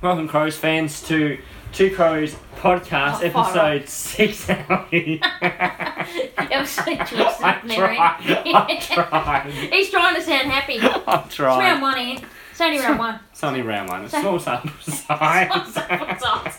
Welcome, Crows fans, to Two Crows podcast, Oh, far episode six. Ellie. That was so I twisted, Mary. tried. I tried. He's trying to sound happy. It's I round tried. one, Ian. It's only round one. It's only round one. It's So- small sample Small size. sample size.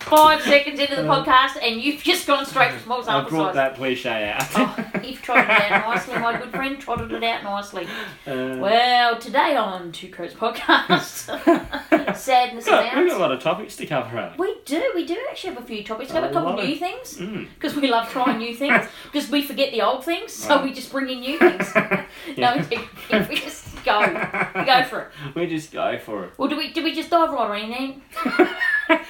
Five seconds into the Uh, podcast, and you've just gone straight for small I sample brought size. that cliche out. Oh, you've trotted it out nicely, my good friend. Trotted it out nicely. Uh, Well, today on Two Crows Podcast, sadness We've got, we've got abounds. a lot of topics to cover, Ellie. We do, we do actually have a few topics. We have A a couple lot of- new things Mm. because we love trying new things because we forget the old things, so Right. we just bring in new things. No, we just go. We go for it. We just go for it. Well, do we? Do we just dive right in then? Dive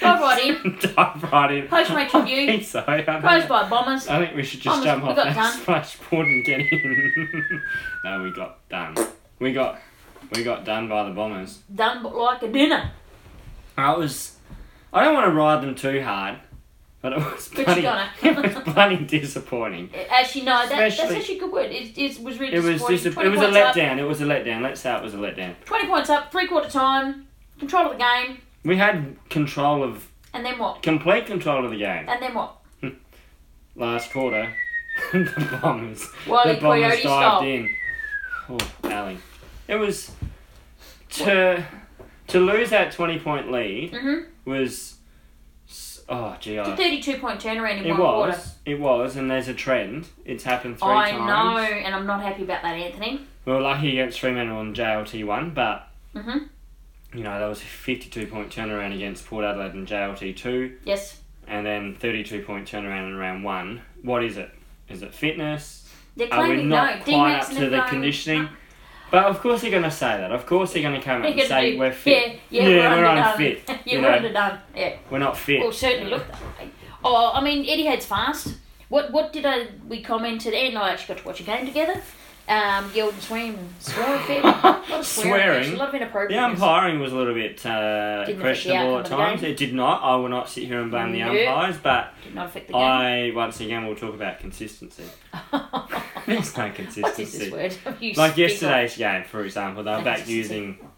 right in. Dive right in. Postmates I review. think so. I don't Closed know. by bombers. I think we should just Thomas, jump we off got that done. splashboard and get in. no, we got done. We got we got done by the bombers. Done but like a dinner. I was I don't want to ride them too hard, but it was But you bloody gotta. it was bloody disappointing. Actually, no, that, that's Especially- actually a good word. It, it was really It was disappointing. dis- it 20 was a points up. letdown. It was a letdown. Let's say it was a letdown. Twenty points up, three quarter time, control of the game, We had control of and then what? complete control of the game And then what? last quarter. the bombers. Wally the bombers Coyote dived style. in. Oh, Alley. It was to to lose that twenty point lead. Mm-hmm. was s- oh gee It's a I, thirty-two point turnaround in it one quarter. was it was and there's a trend it's happened three I times know, and I'm not happy about that, Anthony. we were lucky against Fremantle on JLT one but Mm-hmm. you know that was a 52 point turnaround against Port Adelaide and JLT two Yes. and then 32 point turnaround in round one what is it is it fitness They're are we claiming Oh, not no. quite D-Max up to and the no- conditioning but of course they're going to say that of course they're going to come out and They're gonna say do- we're fit Yeah, yeah, Yeah, we're, we're underdone. unfit, yeah, you we're know. underdone. Yeah. we're not fit Well, certainly looked that way. Oh, I mean, Eddie heads fast. What what did I we commented? Ed and I actually got to watch a game together. Um, yelled and swam, swear a fair- a lot of swearing, Swearing? actually, a lot of The inappropriate. umpiring was a little bit uh, Didn't affect the questionable outcome at of the times. game. It did not. I will not sit here and blame the No. umpires, but did not affect the game. I once again will talk about consistency. There's no what is this consistency. word? Oh, You Like speak yesterday's game, for example, they were No back consistency. using.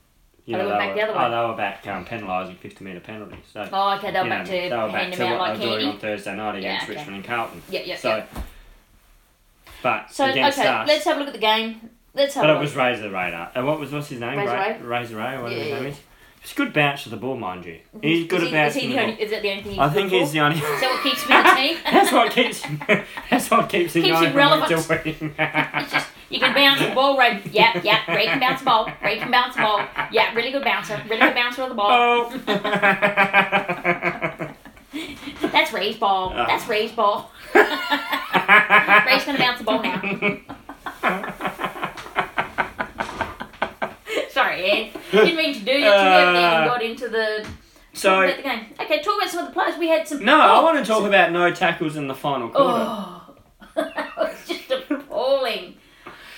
You Oh, know, they they were back the were, other way. oh, they were back um, penalising 50 metre penalties. So, like- Oh, okay, they were you back know, to they were back handing to them out what like they were doing on candy. Thursday night against okay. Richmond and Carlton. Yeah, yeah, so, yeah. but So okay, against us. let's have a look at the game. Let's have But a it look. was Razor Radar. And what was what's his name? Razor Ra- Ray? Razor Ray, whatever his Yeah, name yeah. Mm-hmm. is. He's a good bounce of the ball, mind you. He's good at is he, is, bouncing he the the ball. only, is that the only thing? He's I think good he's for? the only. Is that what keeps him in the team? that's what keeps. That's what keeps him Keeps going him from relevant. win to win. It's just you can bounce the ball, right? Yep, yep. Ray can bounce the ball. Ray can bounce the ball. Yeah, really good bouncer. Really good bouncer of the ball. oh. That's Ray's ball. Uh. That's Ray's ball. Ray's gonna bounce the ball now. Sorry, Ed. Didn't mean to do that to you, but then you got into the talk so about the game. Okay, talk about some of the players. We had some. no, I oh, want to talk about no tackles in the final quarter. Oh, that was just appalling.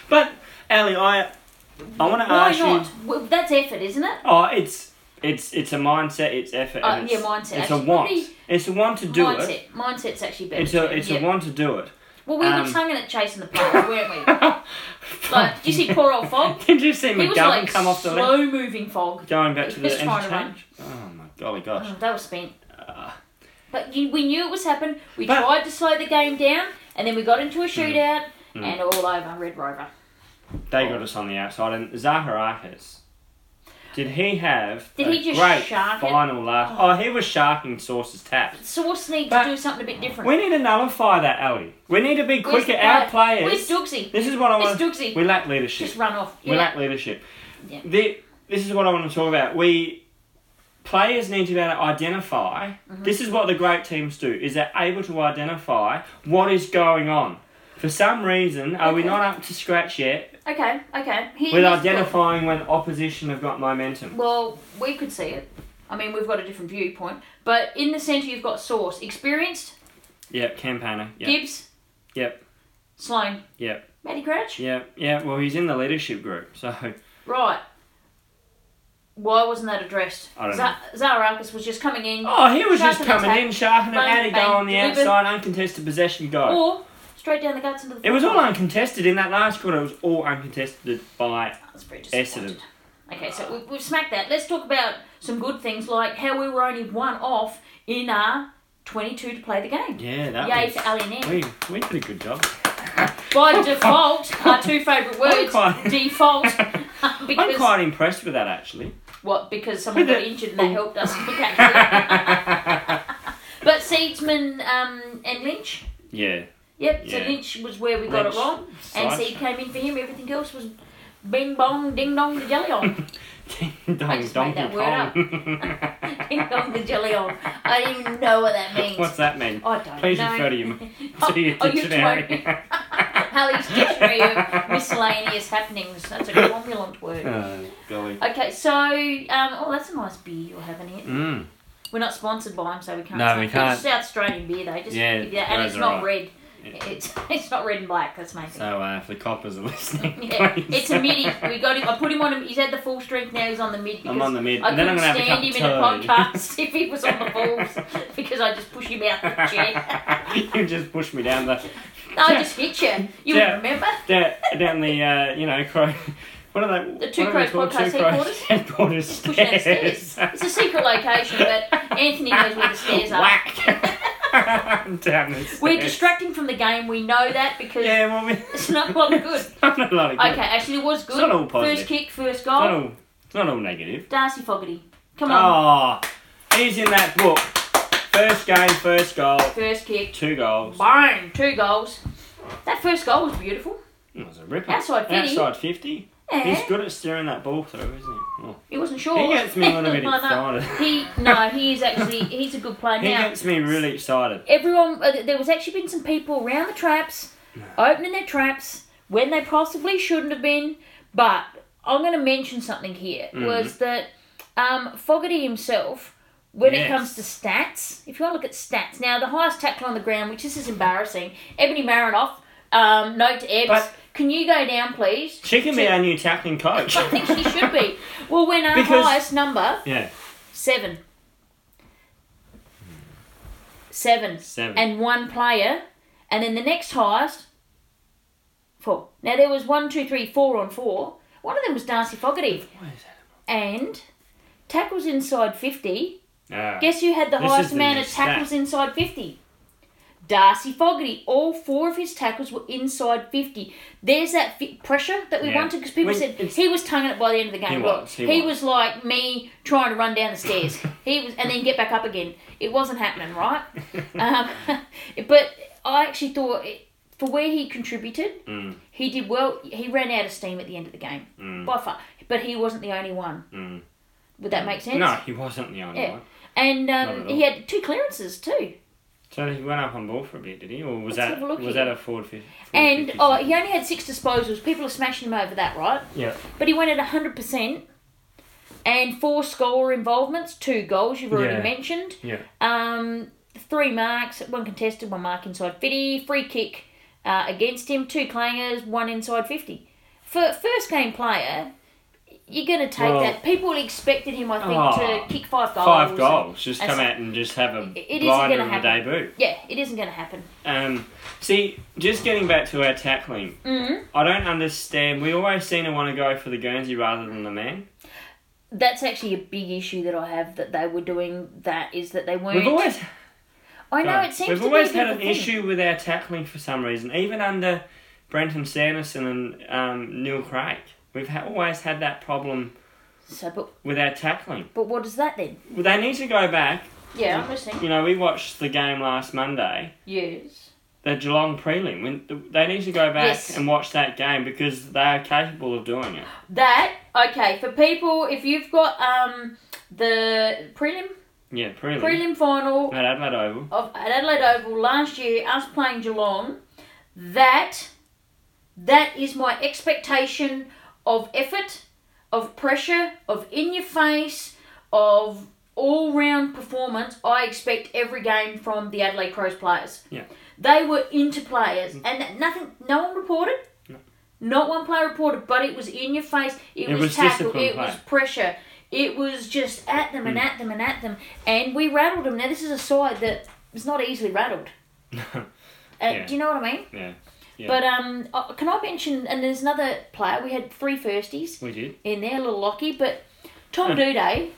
But Ali, I I want to Why ask not? you. Well, that's effort, isn't it? Oh, it's it's it's a mindset. It's effort. Oh, and it's, yeah, mindset. It's a Actually, want. probably It's a want to do mindset. it. Mindset's actually better. It's a too, it's yeah. a want to do it. Well, we Um, were tonguing at chasing the players, weren't we? Like, did you see poor old Fog? Did you see He was McGovern like come off the left? slow moving Fog. Going back to he the was trying to interchange? Oh my golly gosh. Oh, that was spent. Ah. But you, we knew it was happened. We But- Hmm. tried to slow the game down, and then we got into a shootout, and all over Red Rover. They got us on the outside. And Zaharakis, did he have Did a he just great shark it? final last? Oh, he was sharking Sauce's taps. Source needs But- to do something a bit different. We need to nullify that, Ali. We need to be Where's quicker. the Our player? players. Where's Doogsy? This is what I Where's want. Doogsy? We lack leadership. Just run off. We Yeah. lack leadership. Yeah. The, this is what I want to talk about. We players need to be able to identify. Mm-hmm. This is what the great teams do: is they're able to identify what is going on. For some reason, are we Okay. not up to scratch yet Okay, okay. He, with he's- identifying when opposition have got momentum? Well, we could see it. I mean, we've got a different viewpoint. But in the centre, you've got Source. Experienced, Yep, campaigner. Yep, Gibbs, yep, Sloan, yep, Matty Crouch. yep, yep. Well, he's in the leadership group, so Right. Why wasn't that addressed? I don't Za- Zaharakis was just coming in, oh, he was just Sharpen coming attack. in, sharpening it, Bang, had to go bang, on the deliver. outside, uncontested possession, go. or straight down the guts into the. Oh. It was all on. uncontested in that last quarter. It was all uncontested by That's very Essendon. disappointed. Okay, so we, we've smacked that. Let's talk about some good things like how we were only one off in our 22 to play the game. Yeah, that Yay was. for Ali Nim. We, we did a good job. By default, our two favourite words, quite- default, I'm because quite impressed with that actually. what? Because someone With got the- injured and that helped us. look at it. but Seedsman um, and Lynch. Yeah. Yep. Yeah. So Lynch was where we got Lynch, it wrong, and Sarge. Seed came in for him. Everything else was bing bong, ding dong, the jelly on. Ding dong, just made donkey that ding dong, the jelly on. I don't even know what that means. What's that mean? I don't Please know. refer to your, Oh, to your oh, you dictionary. Hallie's dictionary of miscellaneous happenings. That's a cromulent word. oh, golly. Okay, so um, oh, that's a nice beer you're having here. Mm. We're not sponsored by them, so we can't. No, say- we can't. It's South Australian beer, though. Just, Yeah, yeah, and those it's are not right. red. Yeah. It's it's not red and black. That's my So thing. uh, if the coppers are listening, Yeah, please. it's a midi. We got him. I put him on. him. He's had the full strength now. He's on the mid. Because I'm on the mid, I and then I'm couldn't gonna have a cup of stand him in a tea. podcast if he was on the balls because I just push him out the chair. you just pushed me down the No, I just hit you. You Yeah. remember? down, down the uh, you know crow. What are they? The Two what are they called? Crows podcast Two Crows headquarters? headquarters Just push him stairs. downstairs. It's a secret location, but Anthony knows where the stairs are. Whack down the stairs. We're distracting from the game. We know that because Yeah, well, we, it's not one good. not a lot of good. Okay, actually, it was good. not all positive. First kick, first It's goal. not all. It's not all negative. Darcy Fogarty. Come on. Oh, he's in that book. First game, first goal, First kick. two goals. Boom. Two goals. That first goal was beautiful. That was Hmm, a ripper. Outside Eh? 50. Outside fifty. He's Yeah. good at steering that ball through, isn't he? Oh. He wasn't sure. He gets me a little bit I know. excited. He no, he is actually he's a good player He now. gets me really excited. Everyone, uh, there was actually been some people around the traps, opening their traps when they possibly shouldn't have been. But I'm going to mention something here Mm. was that um, Fogarty himself, when Yes. it comes to stats, if you want to look at stats, now the highest tackle on the ground, which this is embarrassing, Ebony Marinoff, um, no to Ebbs. But- can you go down, please? She can be our new tackling coach. I think she should be. Well, when our Because- highest number yeah, Seven. Seven. Seven. And one player. And then the next highest, four. Now there was one, two, three, four on four. One of them was Darcy Fogarty. What is that? And tackles inside 50. Ah. Guess who had the This is highest the amount new of tackles stat. inside 50? Darcy Fogarty. All four of his tackles were inside 50. There's that fi- pressure that we Yeah. wanted because people When said it's- he was tonguing it by the end of the game. He Look, was, he was. was like me trying to run down the stairs. he was, and then get back up again. It wasn't happening, right? um, but I actually thought it, for where he contributed, Mm. he did well. He ran out of steam at the end of the game by far, but he wasn't the only one. Mm. Would that make sense? No, he wasn't the only Yeah. one. And Not um, at he had two clearances too. So he went up on ball for a bit, did he? Or was Let's that have a look was here. that a forward fifty? And oh, he only had six disposals. People are smashing him over that, right? yeah, But he went at hundred percent, and four scorer involvements, two goals. You've already Yeah. mentioned. yeah. Um, three marks, one contested, one mark inside 50, free kick uh, against him, two clangers, one inside 50. For first game player, you're going to take Well- that. People expected him, I think, Oh, to kick five goals. Five goals. Just and come so- out and just have a It- it isn't blinder gonna in the happen. debut. Yeah, it isn't going to happen. Um, see, just getting back to our tackling, Mhm. I don't understand. We always seem to want to go for the Guernsey rather than the man. That's actually a big issue that I have that they were doing that is that they weren't. We've always I know, No. it seems We've to always be a bit had of an a thing. issue with our tackling for some reason, even under Brenton Sanderson and um, Neil Craig. We've ha- always had that problem So, but, with our tackling. but what is that then? Well, They need to go back. Yeah, I'm listening. You know, we watched the game last Monday, Yes. the Geelong prelim. When- They need to go back Yes. and watch that game because they are capable of doing it. That, okay, for people, if you've got um the prelim Yeah, prelim. prelim final At Adelaide Oval. of at Adelaide Oval last year, us playing Geelong, that that is my expectation of effort, of pressure, of in your face, of all round performance. I expect every game from the Adelaide Crows players. Yeah. Mm. They were into players and nothing no one reported. Not one player reported, but it was in your face. It, It was, was tackle. disciplined It was play. Mm. pressure. It was just at them and at them and at them, and we rattled them. Now this is a side that is not easily rattled. Uh, Yeah. Do you know what I mean? yeah. Yeah. But um, uh, can I mention? And there's another player. We had three firsties We did. in there, a little Lockie, but Tom Duday,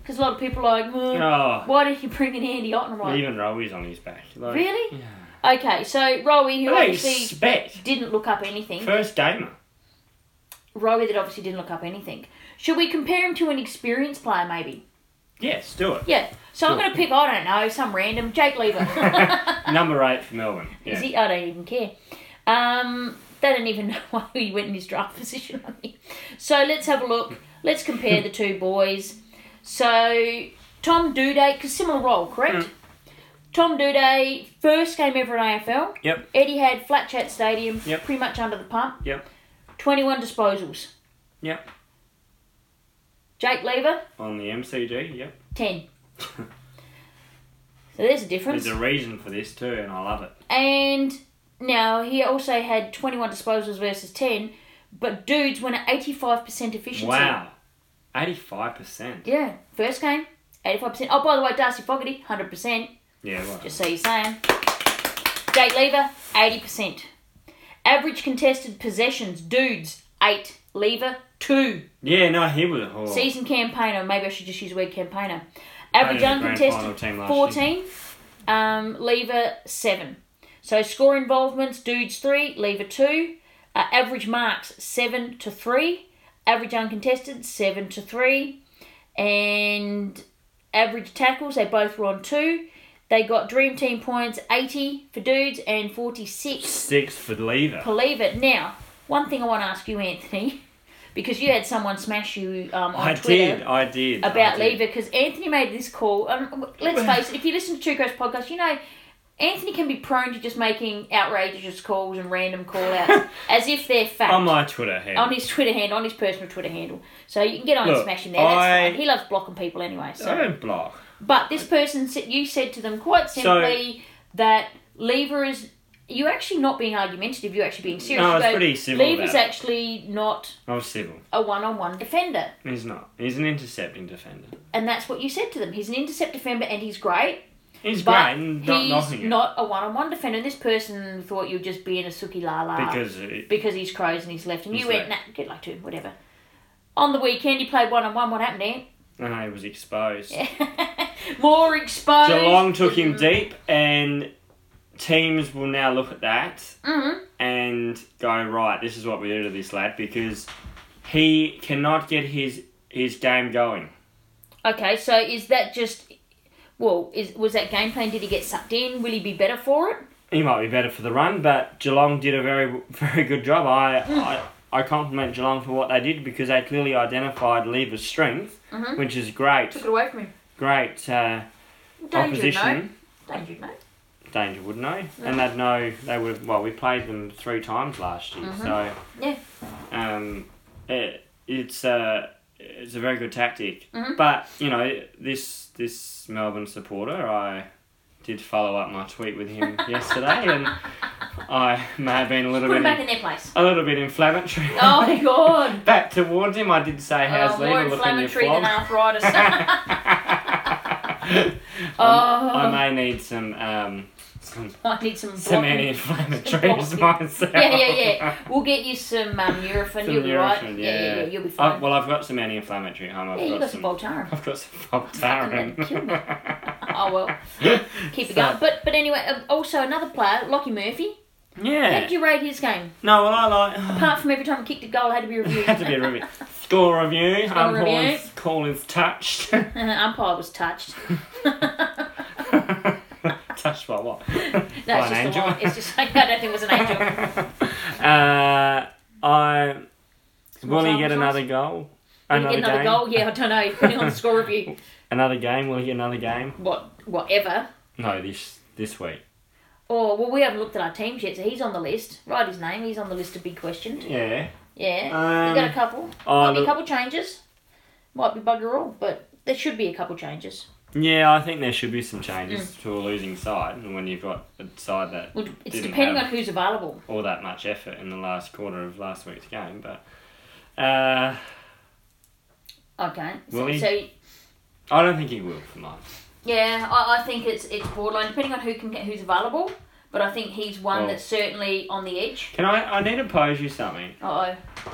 because a lot of people are like, "Well, Oh, why did you bring in Andy Otten? I'm like, even Rowie's on his back. Like, really? Yeah. Okay, so Rowie, who What do you obviously expect? didn't look up anything, First gamer. Rowie that obviously didn't look up anything. Should we compare him to an experienced player, maybe? Yes, do it. Yeah. So I'm Sure. going to pick, I don't know, some random Jake Lever. Number eight for Melbourne. Is Yeah. he? Oh, I don't even care. Um, they don't even know why he went in his draft position. I mean. So let's have a look. Let's compare the two boys. So Tom Duday, because similar role, correct? Mm. Tom Duday, first game ever in AFL. Yep. Eddie had flat chat stadium, Yep. pretty much under the pump. Yep. 21 disposals. Yep. Jake Lever, On the MCG. Yep. 10. so there's a difference. There's a reason for this too, and I love it. And now he also had 21 disposals versus 10, but dudes went at 85% efficiency. Wow. Eighty-five percent. Yeah, first game, 85%. Oh, by the way, Darcy Fogarty, 100%, Yeah. Well, just so you're saying. Jake Lever, 80%. Average contested possessions, dudes, 8. Lever, 2. yeah. No, he was. Oh, Season campaigner, maybe I should just use the word campaigner. played in Average the grand final uncontested, team last year. 14. Um, lever seven. So score involvements, dudes three, lever two. Uh, average marks seven to three. Average uncontested seven to three, and average tackles they both were on two. They got dream team points eighty for dudes and forty six Six for Lever. for lever. Now, one thing I want to ask you, Anthony, because you had someone smash you um, on I Twitter did. I did. I about did. Lever because Anthony made this call. Um, let's face it, if you listen to Two Coast podcast, you know Anthony can be prone to just making outrageous calls and random call outs as if they're fact. On my Twitter handle. on his Twitter handle, on his personal Twitter handle. So you can get on and Look, smash him there. That's I- fine. He loves blocking people anyway. I So. don't block. But this person, said you said to them quite simply that Lever is. You're actually not being argumentative, you're actually being serious. No, I was You go, pretty civil Lever's about it." actually not I was civil. a one on one defender. He's not. He's an intercepting defender. And that's what you said to them. He's an intercept defender and he's great. He's great. But and Not he's knocking it. not a one-on-one defender. This person thought you were just being a suki la la because it, because he's crows and he's left, and He's you went nah, get like two, whatever. On the weekend, he played one-on-one. What happened, no, he was exposed. Ant? More exposed. Geelong took him Mm. deep, and teams will now look at that Mm-hmm. and go right. This is what we do to this lad because he cannot get his his game going. Okay, so is that just? Well, is was that game plan? Did he get sucked in? Will he be better for it? He might be better for the run, but Geelong did a very very good job. I I, I compliment Geelong for what they did because they clearly identified Lever's strength, Mhm. which is great. Took it away from him. Great uh, opposition. Don't you know? Danger would know, Mm. and they'd know they would. Well, we played them three times last year, so Mm-hmm. Yeah. um, it, it's a it's a very good tactic. Mhm. But you know this this Melbourne supporter, I did follow up my tweet with him yesterday, and I may have been a little Put him bit back in, in their place. a little bit inflammatory. Oh my god. Back towards him, I did say, "How's Oh, more Lever looking?" You inflammatory than arthritis. flog? oh. I may need some um, some Might need some So blocking. many inflammatories Blocking. myself. Yeah, yeah, yeah. We'll get you some um, Nurofen. Some you'll be right. Nurofen, Yeah, yeah, yeah. You'll be fine. Uh, well, I've got some anti-inflammatory at home. I've yeah, you got, got some some. Voltaren. I've got some Fucking kill me. Voltaren. Oh well, keep So- it going. But but anyway, um, also another player, Lockie Murphy. How Yeah. did you rate his game? No, well, I like. Apart from every time he kicked a goal, it had to be reviewed. had to be a review. Score review. Score um, review. Horns, call is touched. Umpire was touched. touched by what? No, By an it's just a angel. line. It's just I don't think it was an angel. uh, I. Will he time, get what another goal? Did he Another, get another game? goal? Yeah, I don't know. Put it on the score review. Another game? Will he get another game? What whatever. No, this this week. Or well, we haven't looked at our teams yet, so he's on the list. Write his name. He's on the list to be questioned. Yeah. Yeah, Um, you got a couple. Oh, Might be a look- couple changes. Might be bugger all, but there should be a couple changes. Yeah, I think there should be some changes to a losing side, and when you've got a side that Well, it's Didn't depending have- on who's available. all that much effort in the last quarter of last week's game, but uh, Okay. So, Will he? so I don't think he will for mine. yeah, I, I think it's it's borderline depending on who can get who's available. but I think he's one Well- that's certainly on the edge. Can I? I need to pose you something. Uh oh.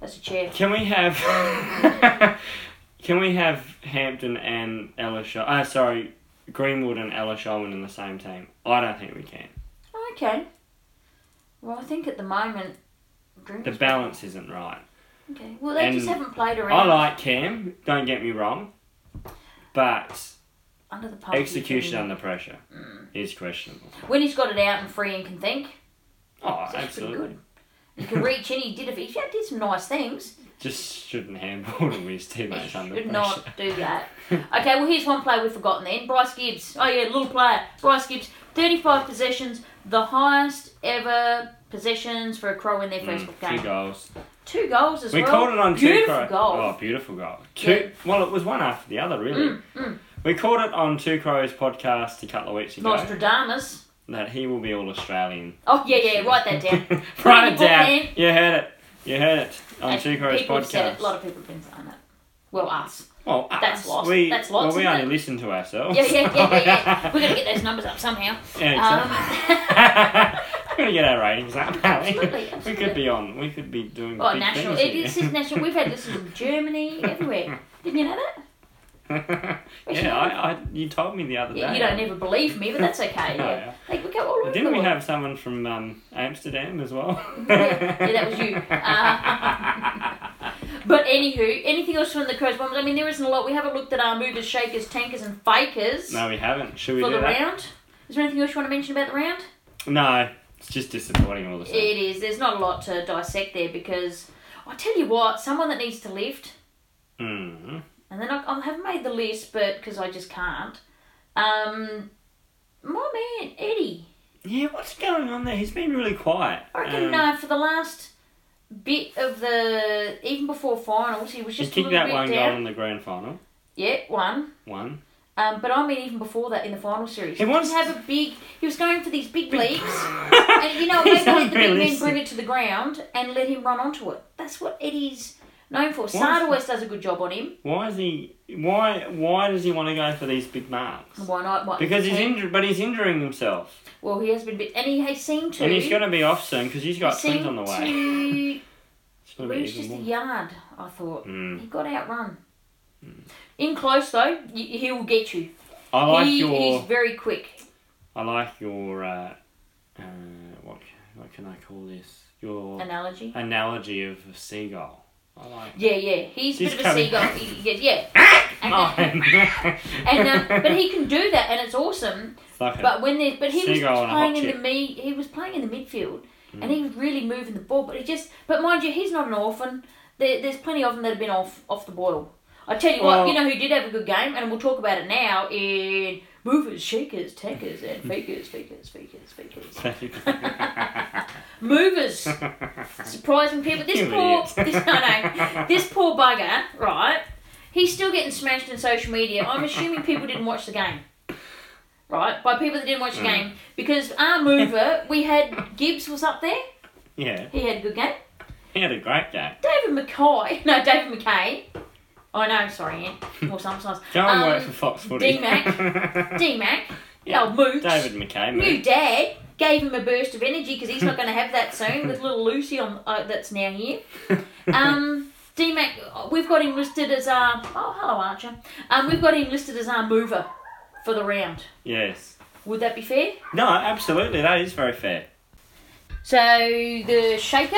That's a chair. Can we have? can we have Hampton and Ellishaw? Uh, sorry, Greenwood and Ellishaw in the same team? I don't think we can. Okay. Well, I think at the moment. Drink The balance isn't right. Okay. Well, they just And haven't played I around like Cam. Don't get me wrong, but under the pump. you execution can- under pressure is questionable. When he's got it out and free and can think, Oh, So it's pretty absolutely. he can reach in. He did. A, he did some nice things. Just shouldn't handball to his He teammates under should pressure. not do that. Okay, well, here's one player we've forgotten then Bryce Gibbs. Oh, yeah, little player. Bryce Gibbs, 35 possessions, the highest ever possessions for a Crow in their first Mm, game. two goals. Two goals as We well. called it on Beautiful two crow. goal. Oh, beautiful goal. Two. Well, it was one after the other, really. Mm, mm. We called it on Two Crows podcast a couple of weeks ago Nostradamus. that he will be all Australian. Oh, yeah, yeah, write that down. Write it Put it in down. the book, You heard it. You heard it on And Two Crows people have said podcast. it. A lot of people have been saying that. Well, us. Well, That's us, lots- We, that's lots, well, we isn't only it? listen to ourselves. Yeah, yeah, yeah, yeah, yeah. We're going to get those numbers up somehow. Yeah, Um, exactly. We're gonna get our ratings up, aren't we? Absolutely, We absolutely. could be on. We could be doing. Well, big national. Things It is here. it's national. We've had listeners in Germany, everywhere. Didn't you know that? yeah, I, I, you told me the other Yeah, day. you don't ever believe me, but that's okay. No, Yeah. Like, we go all over Didn't the we world. have someone from um, Amsterdam as well? yeah, yeah, that was you. Uh, but anywho, anything else from the Crows Bombers? I mean, there isn't a lot. We haven't looked at our movers, shakers, tankers, and fakers no, we haven't. Should we for do the that? round. Is there anything else you want to mention about the round? No, it's just disappointing all the time. It is. There's not a lot to dissect there because I tell you what, someone that needs to lift, Mm. and then I, I haven't made the list, but because I just can't. Um, my man Eddie. Yeah, what's going on there? He's been really quiet. I reckon Um, no, for the last bit of the even before finals, he was He just a kicked little that bit one down. goal in the grand final. Yeah, one. One. Um, but I mean, even before that, in the final series, He he, wants- didn't have a big. He was going for these big leaps, and you know, maybe He's let the big men unrealistic. bring it to the ground and let him run onto it. That's what Eddie's known for. Why- Sard always does a good job on him. Why is he? Why? Why does he want to go for these big marks? Why not? Why Because he's injured, but he's injuring himself, Well, he has been, bit, and he has seemed to. and he's going to be off soon because he's he got twins seemed on the way. It's to gonna be reach even just a more. yard. I thought Mm. he got outrun. Mm. In close though, y- he will get you. I like he, your. He's very quick. I like your. Uh, uh, what? What can I call this? Your Analogy. analogy of a seagull. I like. Yeah, yeah. He's a He's bit of a coming. seagull. He, he- yeah. And- Mine. and um, but he can do that, and it's awesome. Fuck it. But when there, but he Seagull was and a hot playing in the chick. Mm. me, he was playing in the midfield, and he was really moving the ball. But he just, but mind you, he's not an orphan. There, there's plenty of them that have been off off the boil. I tell you Well- what, you know who did have a good game, and we'll talk about it now in movers, shakers, takers, and fakers, fakers, fakers, fakers. Movers, surprising people. This You poor, idiot. this, I know, this poor bugger, right? He's still getting smashed in social media. I'm assuming people didn't watch the game, right? By people that didn't watch the Mm. game, because our mover, we had Gibbs was up there. yeah, He had a good game. he had a great day. David McKay, no, David McKay. Oh no, sorry, Ian. Well, sometimes Go and Um, work for Fox Footy. D-Mac. D Mac, Yeah, no Moots. David McKay. New mate. dad gave him a burst of energy because he's not going to have that soon with little Lucy on uh, that's now here. Um, D-Mac, we've got him listed as our oh hello Archer. Um, we've got him listed as our mover for the round. yes. Would that be fair? No, absolutely. That is very fair. So the shaker,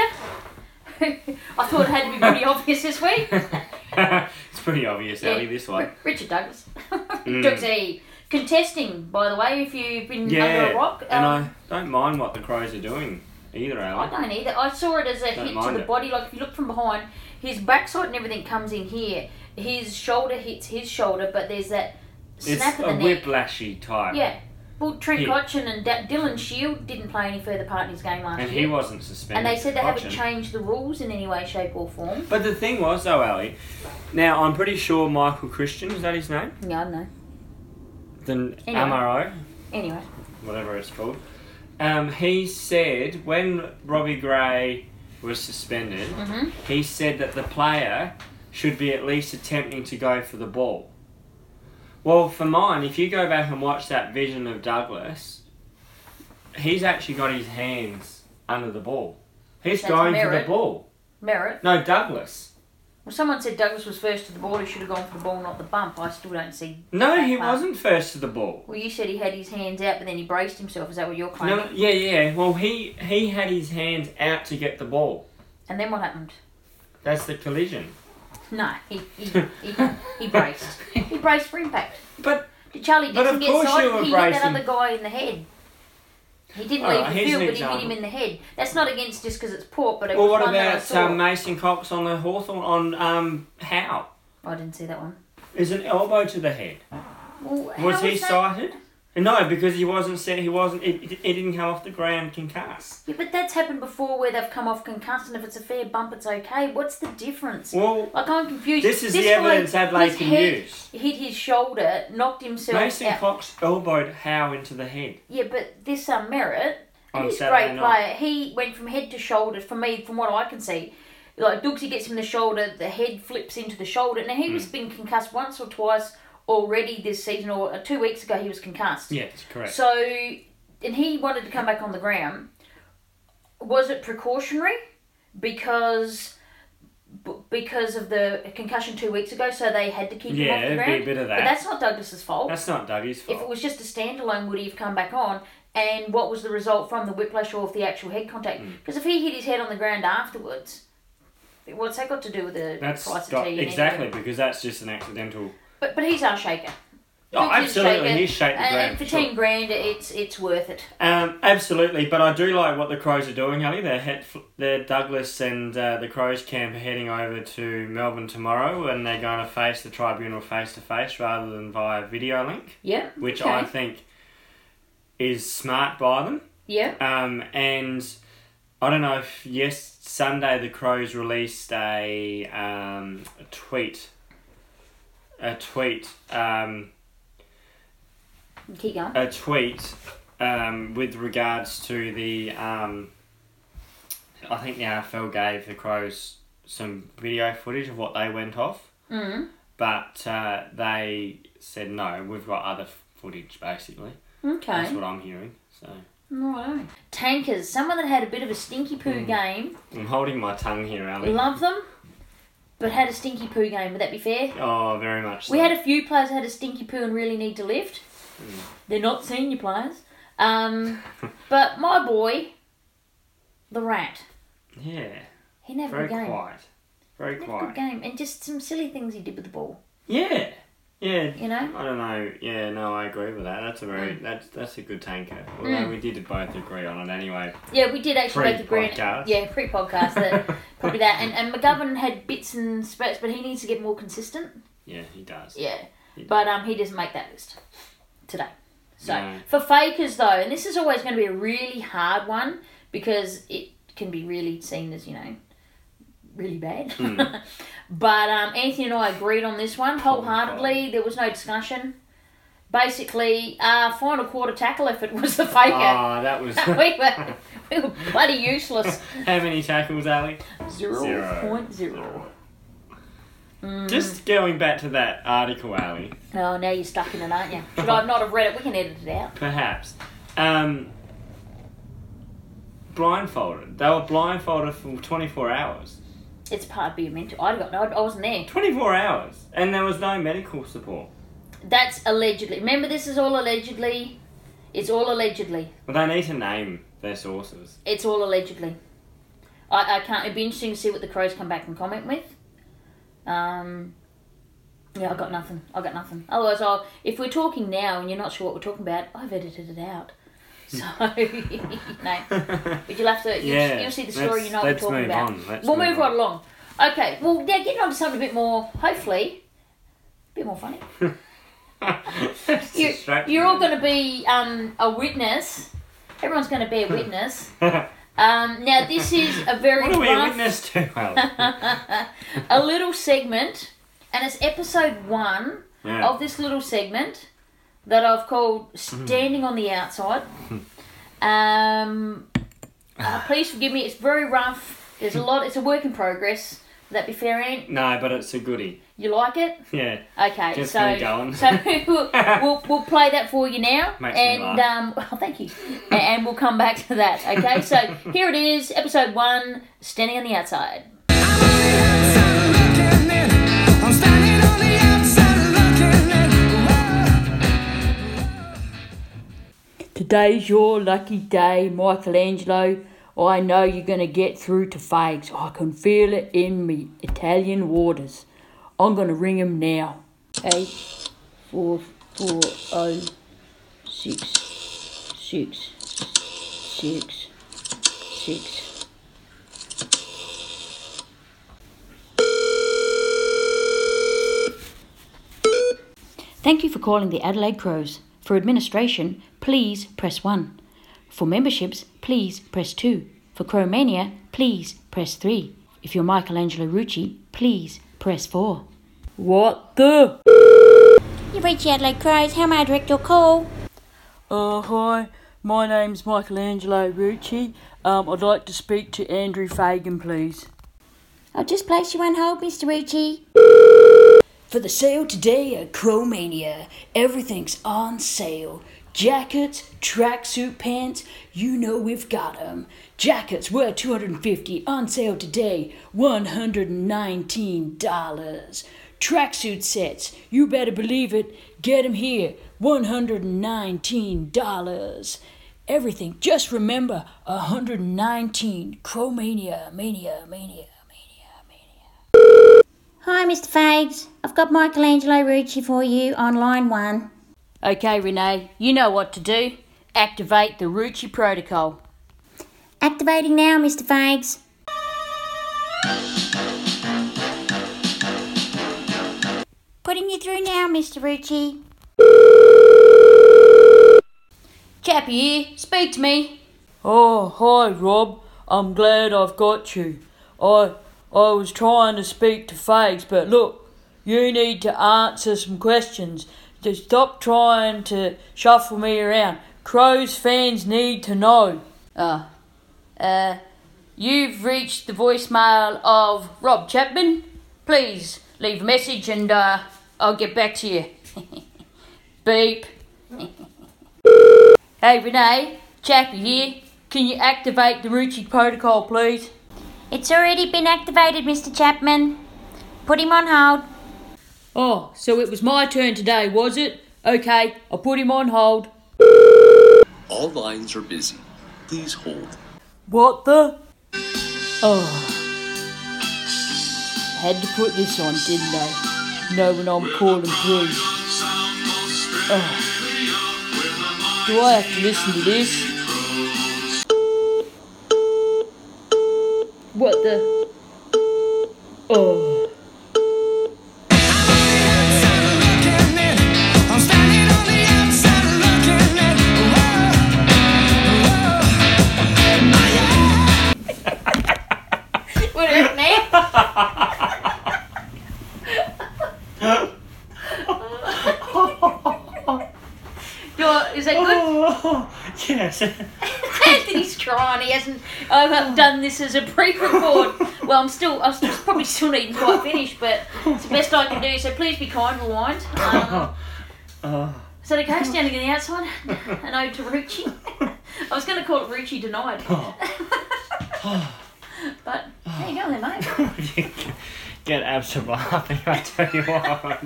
I thought it had to be pretty obvious this week. it's pretty obvious, Ellie. This one. R- Richard Douglas, Hmm. Dougsy. contesting. By the way, if you've been Yeah, under a rock, and um, I don't mind what the crows are doing either, I Alan. don't either. I saw it as a Don't hit to mind the it. body. Like if you look from behind, his backside and everything comes in here. His shoulder hits his shoulder, but there's that It's snap of a the neck. whiplashy type. Yeah. Well, Trent Yeah. Cotchin and da- Dylan Shield didn't play any further part in his game last And year. he wasn't suspended. and they said they for haven't touching. changed the rules in any way, shape, or form. But the thing was, though, Ali. Now I'm pretty sure Michael Christian is that his name? Yeah, I don't know. The Anyway. MRO, Anyway, whatever it's called. Um, he said when Robbie Gray was suspended, Mhm. he said that the player should be at least attempting to go for the ball. Well, for mine, if you go back and watch that vision of Douglas, he's actually got his hands under the ball. He's That's going for the merit. ball. Merritt. No, Douglas. Well, someone said Douglas was first to the ball. He should have gone for the ball, not the bump. I still don't see. No, that he part. wasn't first to the ball. Well, you said he had his hands out, but then he braced himself. Is that what you're claiming? No, yeah, yeah. Well, he he had his hands out to get the ball. And then what happened? That's the collision. No, he he, he, he braced. He braced for impact. But Did Charlie But Dixon of get course you sighted? were He hit that bracing. other guy in the head. He didn't All leave right, the here's field, an but he hit him example. in the head. That's not against just because it's port, but it well, was what one that I about saw. um, Mason Cox on the Hawthorn on um Howe? Oh, I didn't see that one. Is an elbow to the head. Well, how Was he is that- sighted? No, because he wasn't set. He wasn't. It, it, it didn't come off the ground concussed. Yeah, but that's happened before where they've come off concussed, and if it's a fair bump, it's okay. What's the difference? Well, Like I'm confused. This is the guy, evidence Adelaide his can head use. Hit his shoulder, knocked himself Mason out. Cox elbowed Howe into the head. Yeah, but this um, Merritt, On he's a Saturday great player. night. He went from head to shoulder. For me, from what I can see, like Dooksy gets him the shoulder, the head flips into the shoulder. Now he Hmm. was been concussed once or twice already this season, or uh, two weeks ago he was concussed. Yes, correct. So, and he wanted to come back on the ground. Was it precautionary? Because b- because of the concussion two weeks ago, so they had to keep Yeah, him off the it'd be a ground. bit of But that. that's not Douglas's fault. That's not Dougie's If it fault. was just a standalone, would he have come back on? And what was the result from the whiplash or of the actual head contact? Hmm. Because if he hit his head on the ground afterwards, what's that got to do with the That's price do- of tea? and exactly everything? because that's just an accidental. But but he's our shaker. Oh, He's our absolutely, shaker, he's shaken the and, ground, And for sure. ten grand, it's it's worth it. Um, absolutely, but I do like what the Crows are doing, Ali. They're, head, they're Douglas and uh, the Crows camp are heading over to Melbourne tomorrow, and they're going to face the tribunal face to face rather than via video link, Yeah. which okay. I think is smart by them. Yeah. Um, and I don't know if yes, Sunday the Crows released a um, a tweet, a tweet, um, Keep going. a tweet um, with regards to the. Um, I think the AFL gave the Crows some video footage of what they went off, Mm. but uh, they said no, we've got other footage basically. Okay. That's what I'm hearing. So Righto. Tankers. Someone that had a bit of a stinky poo Hmm. game. I'm holding my tongue here, Ali. Love them, but had a stinky poo game. Would that be fair? Oh, very much. So. We had a few players that had a stinky poo and really need to lift. Hmm. They're not senior players. Um, but my boy, the rat, yeah. he never Very a good game. quiet. Very Never a quiet. good game, and just some silly things he did with the ball. Yeah. Yeah. You know, I don't know. Yeah, no, I agree with that. That's a very that's that's a good tanker. Although Mm. we did both agree on it anyway. yeah, we did actually make a grand. Pre-podcast. Yeah, pre-podcast that probably that, and and McGovern had bits and spurts, but he needs to get more consistent. Yeah, he does. Yeah, He but um, he doesn't make that list today. So No. for fakers though, and this is always going to be a really hard one because it can be really seen as you know really bad. Mm. but um, Anthony and I agreed on this one wholeheartedly. There was no discussion. Basically, our final quarter tackle effort was the faker. Ah, that was we were we were bloody useless. how many tackles, Ali? Zero point zero. Mm. Just going back to that article, Ali. Oh, now you're stuck in it, aren't you? Should I not have read it? We can edit it out. Perhaps. Um. Blindfolded. They were blindfolded for twenty four hours. It's part of being mental. I got no. I wasn't there. Twenty four hours, and there was no medical support. That's allegedly. Remember, this is all allegedly. It's all allegedly. Well, they need to name their sources. It's all allegedly. I, I can't. It'd be interesting to see what the crows come back and comment with. Um. Yeah, I got nothing. I got nothing. Otherwise, I'll. If we're talking now and you're not sure what we're talking about, I've edited it out. So no, but you'll have to. You'll, yeah. you'll see the story. let's- You know what we're let's talking move about. On. Let's we'll move move on. right along. Okay. Well, now getting on to something a bit more, hopefully, a bit more funny. you, you, you're all going to be um, a witness. Everyone's going to be a witness. what Um, now, this is a very are we a rough- witness to? Well, a little segment, and it's episode one yeah. Mm. of this little segment that I've called "Standing on the Outside." Hmm. Um, uh, please forgive me; it's very rough. There's a lot. It's a work in progress. Would that be fair, Ant? No, but it's a goodie. You like it? Yeah, Okay, Just so keep going. so we'll, we'll we'll play that for you now, Makes me and um, oh, thank you, and, and we'll come back to that. Okay, so here it is, episode one, standing on the outside. I'm standing on the outside looking in. Today's your lucky day, Michelangelo. I know you're going to get through to Fags. I can feel it in me Italian waters. I'm going to ring him now. Eight, four, four, oh, six, six, six, six. Thank you for calling the Adelaide Crows. For administration, please press 1. For memberships, please press 2. For Crowmania, please press 3. If you're Michelangelo Rucci, please press 4. What the? You reach Adelaide Crows. How may I direct your call? Uh, hi, my name's Michelangelo Rucci. Um, I'd like to speak to Andrew Fagan, please. I'll Oh, just place you on hold, Mr. Ritchie. For the sale today at Cromania, everything's on sale. Jackets, tracksuit pants, you know we've got 'em. Jackets were 250 on sale today, $119. Tracksuit sets, you better believe it, Get 'em here, $119. Everything, just remember, 119 Cromania, mania, mania, mania, mania. Hi, Mr. Fags. I've got Michelangelo Rucci for you on line one. Okay, Renee, you know what to do. Activate the Rucci protocol. Activating now, Mr. Fags. Putting you through now, Mr. Rucci. Chappy here, speak to me. Oh, hi, Rob. I'm glad I've got you. I I was trying to speak to Fags, but look, you need to answer some questions. Just stop trying to shuffle me around. Crows fans need to know. Uh, uh, you've reached the voicemail of Rob Chapman. Please leave a message and uh, I'll get back to you. Beep. Hey Renee, Chappy here. Can you activate the Ruchi protocol, please? It's already been activated, Mr. Chapman. Put him on hold. Oh, so it was my turn today, was it? Okay, I'll put him on hold. All lines are busy. Please hold. What the? Oh. Had to put this on, didn't I? No when I'm calling through. Oh. Do I have to listen to this? What the? Oh. Looking in. I'm standing on the outside looking in. Whoa, whoa. What happened there? You're, is that good? yes. Anthony's crying. He hasn't. I've done this as a pre-record. Well, I'm still. I'm still, probably still needn't quite finish, but it's the best I can do. So please be kind, Rewind. Um, is that okay? Standing on the outside. An ode to Rucci. I was going to call it Rucci denied. But there you go, then, mate. Get Absa laughing, I tell you what. Well,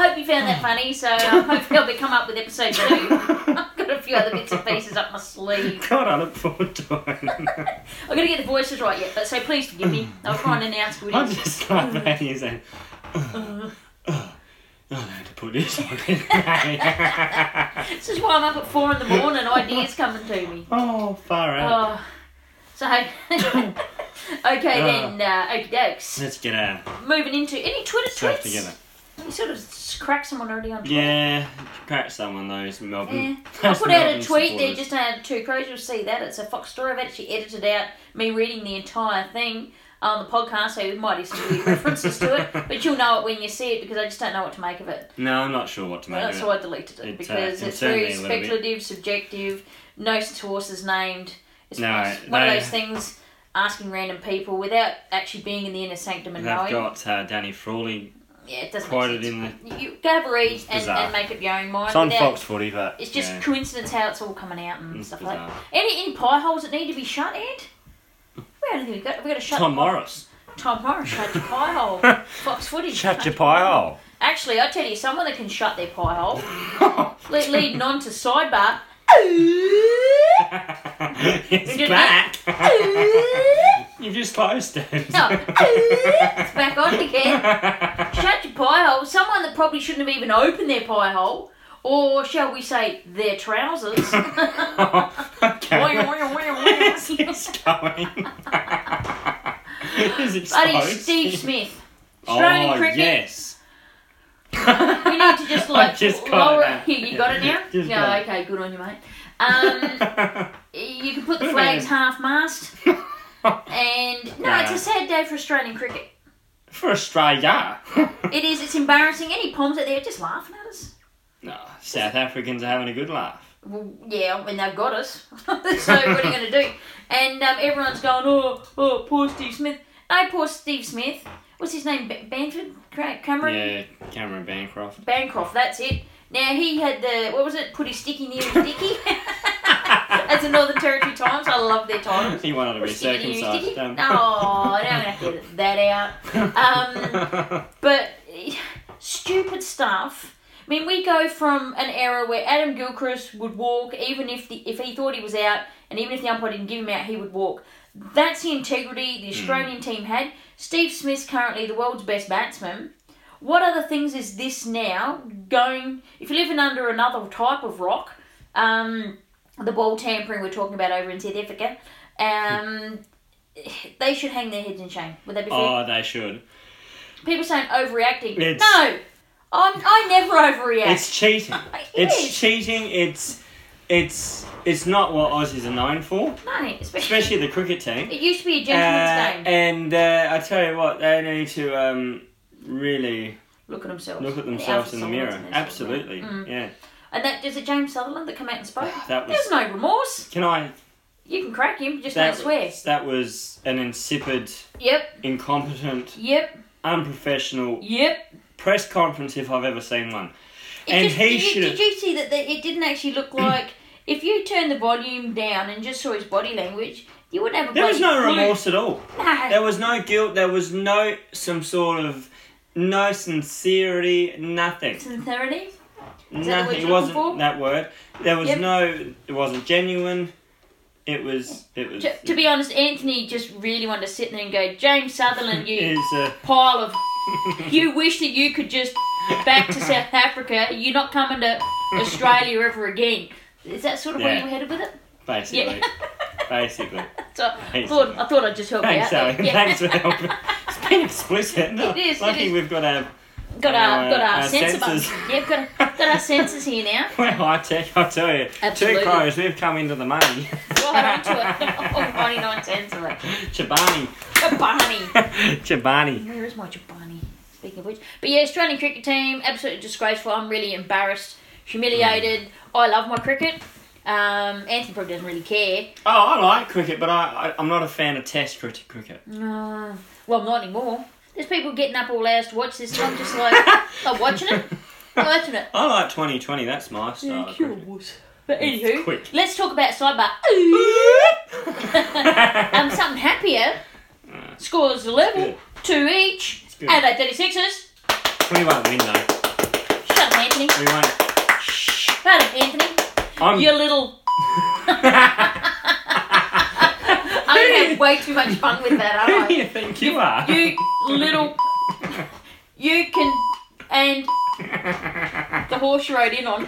I hope you found that funny. So um, hopefully, I'll be come up with episode two. I've got a few other bits and pieces up my sleeve. God, I look forward to it. I've got to get the voices right yet, but so please forgive me. I'll try and announce who it I is. just like that you saying, I don't know how to put this on. This is why I'm up at four in the morning. Ideas coming to me. oh, far out. Oh, so okay then. Uh, okay, dokes. Let's get our Moving into any Twitter stuff tweets. together. You sort of cracked someone already on. Twitter. Yeah, crack someone those Melbourne. I those put out a Melbourne tweet there supporters. just out of two crows. You'll see that it's a Fox story. I've actually edited out me reading the entire thing on the podcast, so you might hear some weird references to it, but you'll know it when you see it because I just don't know what to make of it. No, I'm not sure what to make That's of it. why I deleted it It, uh, because it's concerned very me a little bit. speculative, subjective. No horse is named. It's No, it's one of they- those things. asking random people without actually being in the inner sanctum and They've knowing. got uh, Danny Frawley. yeah, it doesn't quoted make in sense. You go have a read and, bizarre. and make up your own mind. It's on without- Fox Footy, but It's just yeah. coincidence how it's all coming out and It's stuff like bizarre. that. Any any pie holes that need to be shut, Ed? We don't think we got. We got to shut Tom the pie- Morris. Tom Morris, shut your pie hole. Fox footage. Shut your pie hole. Actually, I tell you, someone that can shut their pie hole. Le- leading on to sidebar. it's did back. that. You've just closed it. No, it's back on again. Shut your pie hole. Someone that probably shouldn't have even opened their pie hole, or shall we say, their trousers. okay. Where's this going? Is it Buddy supposed Steve to? Smith. Australian Oh, cricket. yes. You need to just like just got lower it now. Here, you got it now? Just yeah, got it. okay, good on you, mate. Um, you can put the flags half mast. And no, Nah. it's a sad day for Australian cricket. For Australia. It is, it's embarrassing. Any Poms out there just laughing at us? no, South Africans are having a good laugh. Well, yeah, and they've got us. so what are you going to do? And um, everyone's going, oh, oh, poor Steve Smith. No, poor Steve Smith. What's his name? Ba- Banford? Cra- Cameron? Yeah, Cameron Bancroft. Bancroft, that's it. Now he had the what was it? Put his sticky near his dicky. that's a Northern Territory Times. I love their titles. He wanted to be Sticky near his circumcised. dicky. No, um. now I'm gonna have to edit that out. Um, but stupid stuff. I mean, we go from an era where Adam Gilchrist would walk, even if the, if he thought he was out, and even if the umpire didn't give him out, he would walk. That's the integrity the Australian team had. Steve Smith's currently the world's best batsman. What other things is this now going? If you're living under another type of rock, um, the ball tampering we're talking about over in South Africa, um, they should hang their heads in shame. Would that be fair? oh, they should. People saying overreacting. It's- no, I'm, I never overreact. It's cheating. It it's is. cheating. It's it's it's not what Aussies are known for, no, especially, especially the cricket team. it used to be a Uh, gentleman's game. and uh, I tell you what, they need to um, really Look at themselves. look at The themselves Alfred in the Sullivans mirror. and those sort of Absolutely, people. Mm. yeah. And that is it. James Sutherland that come out and spoke. That was. There's no remorse. Can I? You can crack him, just That don't swear. that was an insipid, Yep, incompetent, yep, unprofessional yep. press conference if I've ever seen one. It And just, he did, you, should've- did you see that the, it didn't actually look like? if you turned the volume down and just saw his body language, you wouldn't have a. There was bloody no clue. remorse at all. No. There was no guilt. There was no some sort of no sincerity. Nothing. Sincerity. Nothing. that the word it you're wasn't looking for? that word. There was Yep. no. It wasn't genuine. It was. It was. To, to be honest, Anthony just really wanted to sit there and go, James Sutherland, you. Is uh, pile of. you wish that you could just back to South Africa. You're not coming to Australia ever again. Is that sort of where Yeah. you were headed with it? basically. Basically. So I Thanks, thought Sally. I thought I'd just help Thanks, you out. Sally. there. Yeah. Thanks for helping. It's been explicit. No, It is, it Lucky is. we've got our got our, Our, got our, our sensor senses. button. Yeah, got our, got our sensors here now. we're high tech. I tell you. Absolutely. Two crows. We've come into the money. Right onto it. Oh, 99 cents of it. Chobani. Chobani. Chobani. Where is my Chobani? Speaking of which, but yeah, Australian cricket team absolutely disgraceful. I'm really embarrassed, humiliated. I love my cricket. Um, Anthony probably doesn't really care. Oh, I like cricket, but I, I I'm not a fan of Test cricket. Cricket. Uh, well, not anymore. There's people getting up all hours to watch this. I'm just like, I'm watching it. I'm watching it. I like 2020. That's my style. of cricket. But anywho, Quick. let's talk about sidebar. um, something happier. Scores the level, good. two each, Ah. good. and eight 36ers. We won't win though. Shut up, Anthony. We won't. Shut up, Anthony. I'm You little. I'm gonna have way too much fun with that, Who aren't do I? you think you are? You little. You can. And. The horse you rode in on.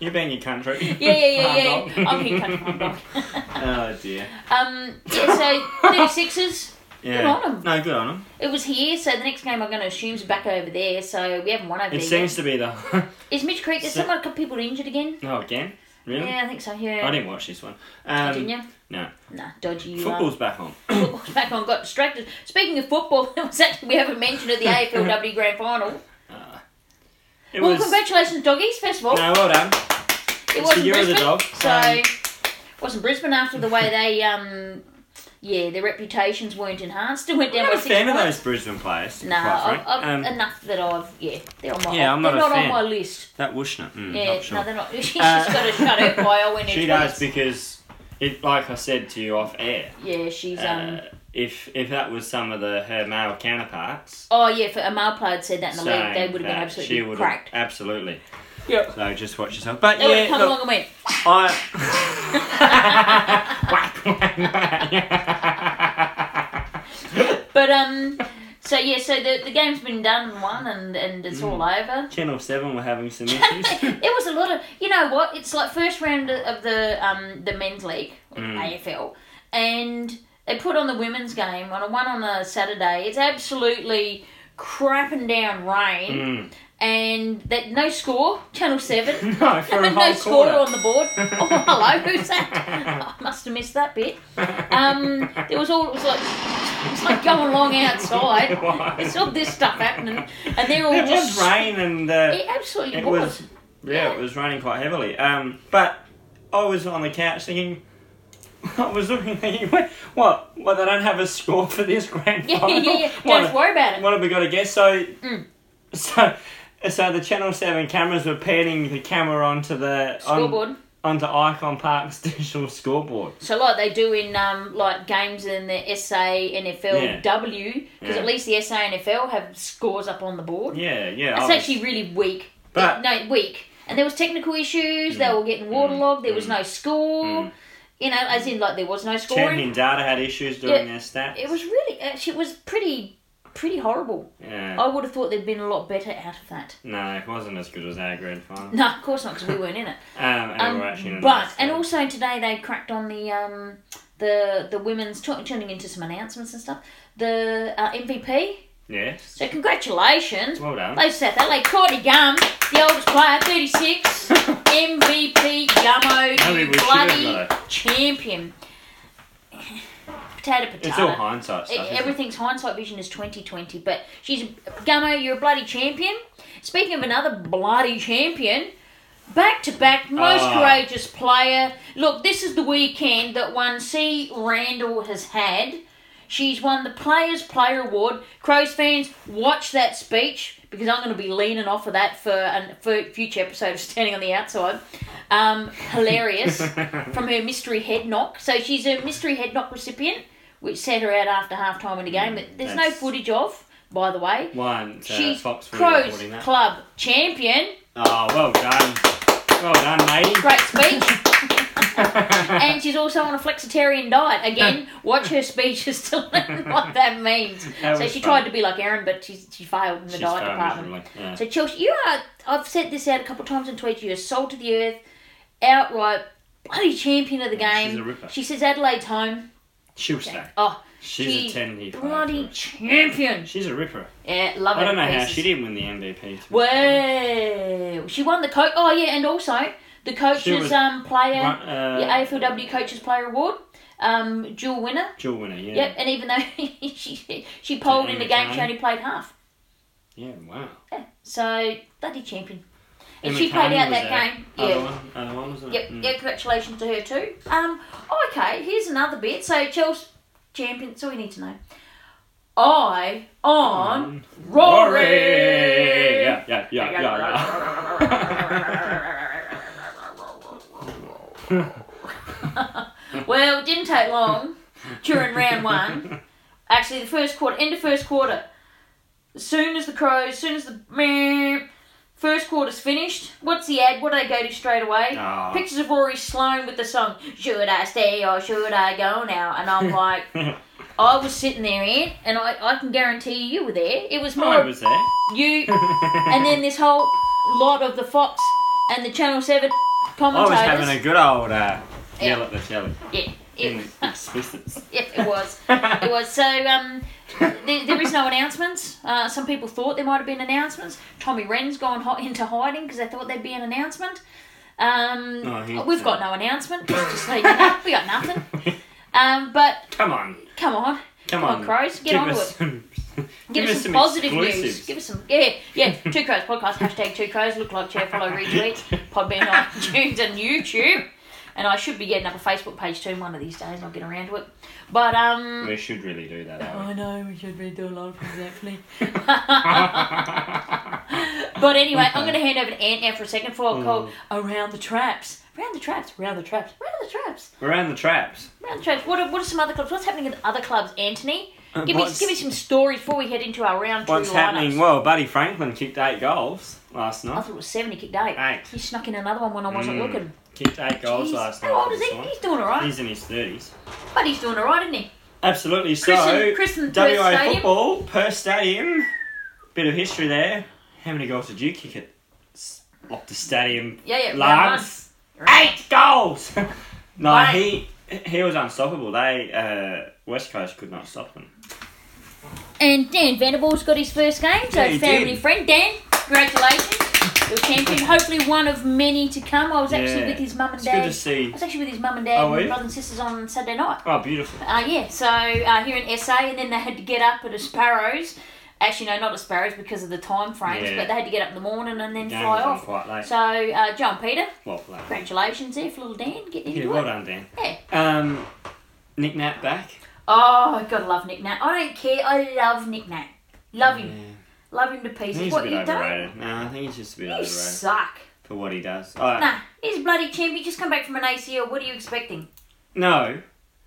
You've been your country. Yeah, yeah, Farm dog. yeah, yeah. I'm here, country farm dog. oh dear. Um, yeah, so 36s. Yeah. on 'em. No, good on them. It was here, so the next game I'm going to assume is back over there, so we haven't won over It there. seems to be the. yet. Is Mitch Creek, is So- someone a couple people injured again? oh again? Really? Yeah, I think so, yeah. I didn't watch this one. Didn't Um, you? no. Nah, dodgy you are. Football's back on. Football's back on, got distracted. Speaking of football, that was actually, we haven't mentioned at the AFLW Grand Final. It Well, was. congratulations, doggies, first of all. No, well done. it it's the wasn't year of the Brisbane, dog. so... Um, wasn't Brisbane after the way they um, yeah, their reputations weren't enhanced. It went down I'm by not a six fan of points. those Brisbane players. to be No, quite I've, frank. I've um, enough that I've yeah. They're on my. Yeah, I'm not they're a not on fan. my list. that Wushner. Mm, Yeah, not sure. no, they're not. She's Uh, just got to shut her bio when She does because, it, like I said to you off air, Yeah, she's um. uh, if if that was some of the her male counterparts, Oh yeah, if a male player had said that in the league, saying they would have been that, she absolutely would've- cracked. Absolutely. Yeah. So just watch yourself. But They would have yeah, come look, along and went. I. Whack, whack, whack. But um, so yeah, so the, the game's been done and won, and and it's all Mm. over. Channel Seven were having some issues. There was a lot of you know what? It's like first round of the um the men's league or Mm. AFL, and they put on the women's game on a one on a Saturday. It's absolutely crapping down rain. Mm. and that no score, Channel Seven. No, for a no whole score quarter. on the board. Oh, hello, who's that? I must have missed that bit. Um, there was all it was like it's like going along outside. It's all this stuff happening, and they're all It just was rain and uh, It absolutely it was. was yeah, it was raining quite heavily. Um, but I was on the couch thinking. I was looking thinking, what? What? Well, they don't have a score for this grand Yeah, final. yeah, yeah. What Don't a- worry about it. What have we got to guess? So, Mm. so, so the Channel Seven cameras were panning the camera onto the on- Scoreboard. onto Icon Park's digital scoreboard. So like they do in um, like games in the SA Yeah. NFL W because Yeah. at least the SA NFL have scores up on the board. Yeah, yeah. I It's was- actually really weak. But- Mm. no, weak. And there was technical issues. They were getting waterlogged. There was no score. You know, as in like there was no Champion scoring. Data had issues doing Yeah, their stats. It was really, actually, it was pretty, pretty horrible. Yeah. I would have thought there'd been a lot better out of that. No, it wasn't as good as our grand final. Um, No, of course not, because we weren't in it. and we Um, were actually in the but last and third. also today they cracked on the um the the women's tu- turning into some announcements and stuff. The uh, MVP. yes, So congratulations. well done. They South LA, Cordy Gum, the oldest player, 36, MVP Maybe Gummo, we you should bloody have, though. champion. Potato, potato. it's all hindsight E- stuff. isn't it? Everything's hindsight vision is 2020, but she's Gummo, you're a bloody champion. Speaking of another bloody champion, back to back, most Ah. courageous player. Look, this is the weekend that one C. Randall has had. She's won the Players Player Award. Crows fans, watch that speech because I'm going to be leaning off of that for an for a future episode of Standing on the Outside. Um, hilarious from her mystery head knock. So she's a mystery head knock recipient, which set her out after half time in the game. That there's no That's- footage of, by the way. One, so She's Fox were Crows recording that. Club champion. oh, well done, well done, matey. Great speech. and she's also on a flexitarian diet. Again, watch her speeches to learn what that means. That so was she fun. tried to be like Aaron, but she, she failed in the She's diet done department. miserably, yeah. So Chelsea, you are. I've said this out a couple of times in tweets. You're a salt to the earth, outright bloody champion of the Yeah, game. Oh, she's a ripper. She says Adelaide's home. She'll stay. Oh, She's she a ten. here, bloody five, champion. She's a ripper. Yeah, love it. I don't know how Pieces. she didn't win the MVP. to be fair. Well, she won the coach. Oh yeah, and also the coaches was um player, Run- uh, the AFLW coaches player award, um dual winner. dual winner. Yeah. Yep, and even though she she polled in the game, she McCann. only played half. Yeah. Wow. Yeah, so bloody champion. And Emma she Kane played out was that our game. Other Yeah. one, other one wasn't Yep, it? Mm. yeah, congratulations to her too. Um, okay, here's another bit. So Chelsea champion, that's all you need to know. I on Mm. Rory. Rory. Yeah, Hmm. yeah, yeah, yeah, yeah. Well, it didn't take long during round one. Actually, the first quarter, end of first quarter. As soon as the crows, as soon as the meh, first quarter's finished, what's the ad? What do they go to straight away? Ah. Pictures of Rory Sloan with the song "Should I Stay or Should I Go Now?" And I'm like, I was sitting there, Ant, and I, I can guarantee you were there. It was I more was there. you, and then this whole lot of the Fox and the Channel Seven I was commentators. having a good old uh, Yeah. yell at the telly. yeah, it, In explicits. Yep, it was. it was. So um, there, there is no announcements. Uh, some people thought there might have been announcements. Tommy Wren's gone hot into hiding because they thought there'd be an announcement. Um, Oh, he- we've got no announcement. Just to say, you know, we got nothing. Um, but Come on. come on, Come Come on, on. Crows, get give onto us Some, give, us some, positive news. Give us some, yeah, yeah. Two Crows podcast hashtag Two Crows. Look like chair, follow, retweet, Podbean, iTunes, and YouTube. And I should be getting up a Facebook page too one of these days. I'll get around to it. But um, We should really do that, Alex. know we should be doing a lot of things actually. but anyway, I'm going to hand over to Ant now for a second for a Mm. call around the traps. Around the traps, around the traps, around the traps, Around the traps. around the traps. What are, what are some other clubs? What's happening in other clubs, Anthony? Give me, Uh, what's- give me some stories before we head into our round two What's lineups. happening? Well, Buddy Franklin kicked eight goals last I night. thought it was seven. He kicked eight. Eight. He snuck in another one when I wasn't Mm. looking. Kicked eight goals Jeez. last night. How old for is he? Swan. He's doing all right. He's in his thirties. but he's doing all right, isn't he? Absolutely. so, Christen- christen Perth WA Stadium. football, Perth Stadium. Bit of history there. How many goals did you kick at S- Optus Stadium? Yeah, yeah. round Lance. one. Round Eight goals. no, Right. he he was unstoppable. They uh, West Coast could not stop them. And Dan Vanderbilt's got his first game, so Yeah, he family did. friend. Dan, congratulations. You're champion. Hopefully one of many to come. I was actually Yeah. with his mum and It's dad. good to I see. was actually with his mum and dad Oh, were and you? brothers and sisters on Saturday night. Oh, beautiful. Uh, yeah, so uh, here in SA, and then they had to get up at a Sparrows. Actually, no, not a Sparrows because of the time frames, Yeah. but they had to get up in the morning and then Game fly was on off. quite late. So, uh, John Peter, well, late. congratulations there for little Dan getting Yeah, into well it. done, Dan. Yeah. Um, Nick Nat back. Oh, I gotta love Nick Nat. I don't care. I love Nick Nat. Love him. Love him to I pieces. think Mm. he's what a you bit don't? overrated. No, I think he's just a bit You overrated suck. for what he does. All right. Nah, he's a bloody champion. Just come back from an ACL. What are you expecting? No,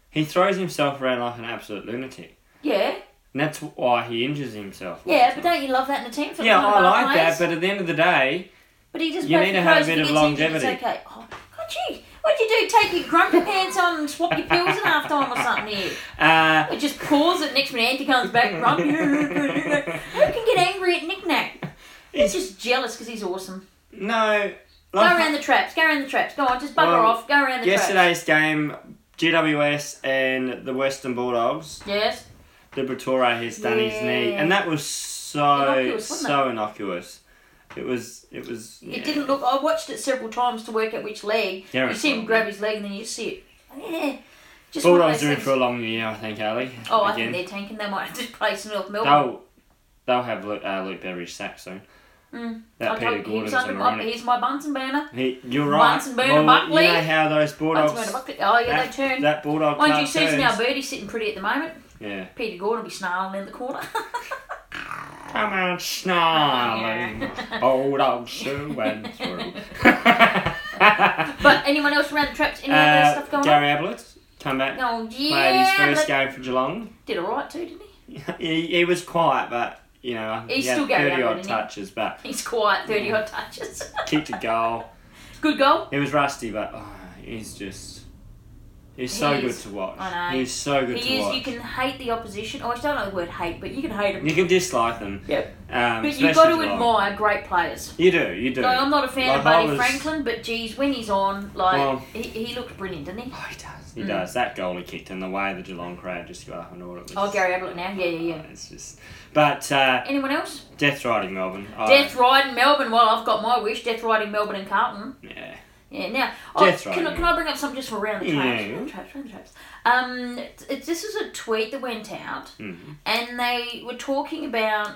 he throws himself around like an absolute lunatic. Yeah, And that's why he injures himself. all yeah, the but time. don't you love that in a team for yeah, the kind I of half like that, plays? but at the end of the day, But he just You plays need to for have a pros, bit he of gets injured, it's longevity. okay. Oh, God, gee, what'd you do? Take your grumpy pants on and swap your pills in half time or something here? uh, Or just pause it next minute, Andy comes back grumpy. Who can get angry at Nick Nack? He's just jealous because he's awesome. no. Go Like, around the traps, go around the traps. Go on, just bugger Oh. Well, off, go around the traps. yesterday's game, GWS and the Western Bulldogs, Yes. Liberatore has done his knee, Yeah. and that was so Innocuous, wasn't so innocuous. It was. It was. yeah. It didn't look. I watched it several times to work out which leg. Yeah, you see him it's- grab his leg and then you see it. Yeah. Just one of Bulldogs those are in things. for a long year, I think, Ali. Oh, I Again. think they're tanking. They might have to play some North Melbourne. They'll they'll have Luke, uh, Luke Beveridge sacked soon. That I Peter told Hmm. you, Gordon's he's under my, ironic. he's my Bunsen burner. He, you're right. Bunsen burner well, Buckley. you know how those Bunsen Bulldogs. burner bucket. Oh yeah, that, they turn. that Bulldog Mind you, club Susan, our turns. birdie's sitting pretty at the moment. Yeah. Peter Gordon will be snarling in the corner. Come on, snarling. Bulldog Sue and through. uh, but anyone else around the traps? Any other stuff going Gary Ablett come back. on? Oh Played his yeah, first but game for Geelong. did all right too, didn't he? he, he was quiet, but you know, I think He's he had still Gary 30 Ablett, odd isn't he? touches, but He's quiet, thirty odd touches. kicked a goal. Good goal. He was rusty, but oh, he's just. He's so He good is. to watch. I know. He's so good to He is. watch. You can hate the opposition. Oh, I don't know the word hate, but you can hate them. You can dislike them. Yep. Um, But you've especially got to Geelong. admire great players. You do, you do. No, I'm not a fan Like, of I Buddy was- Franklin, but geez, when he's on, like Well- he, he looked brilliant, didn't he? Oh, he does. Mm. He does. That goal he kicked and the way the Geelong crowd just got up and all it was. Oh, Gary Ablett now, yeah, yeah, yeah. It's just. But uh, Anyone else? Death Riding Melbourne. I- Death Ride in Melbourne. Well, I've got my wish. Death Ride in Melbourne and Carlton. Yeah. Yeah. Now, oh, Death Ride, can, I- yeah. can I bring up something just for around the traps? Yeah. Around the traps, around the traps. Um, it, it- this is a tweet that went out, Mm-hmm. and they were talking about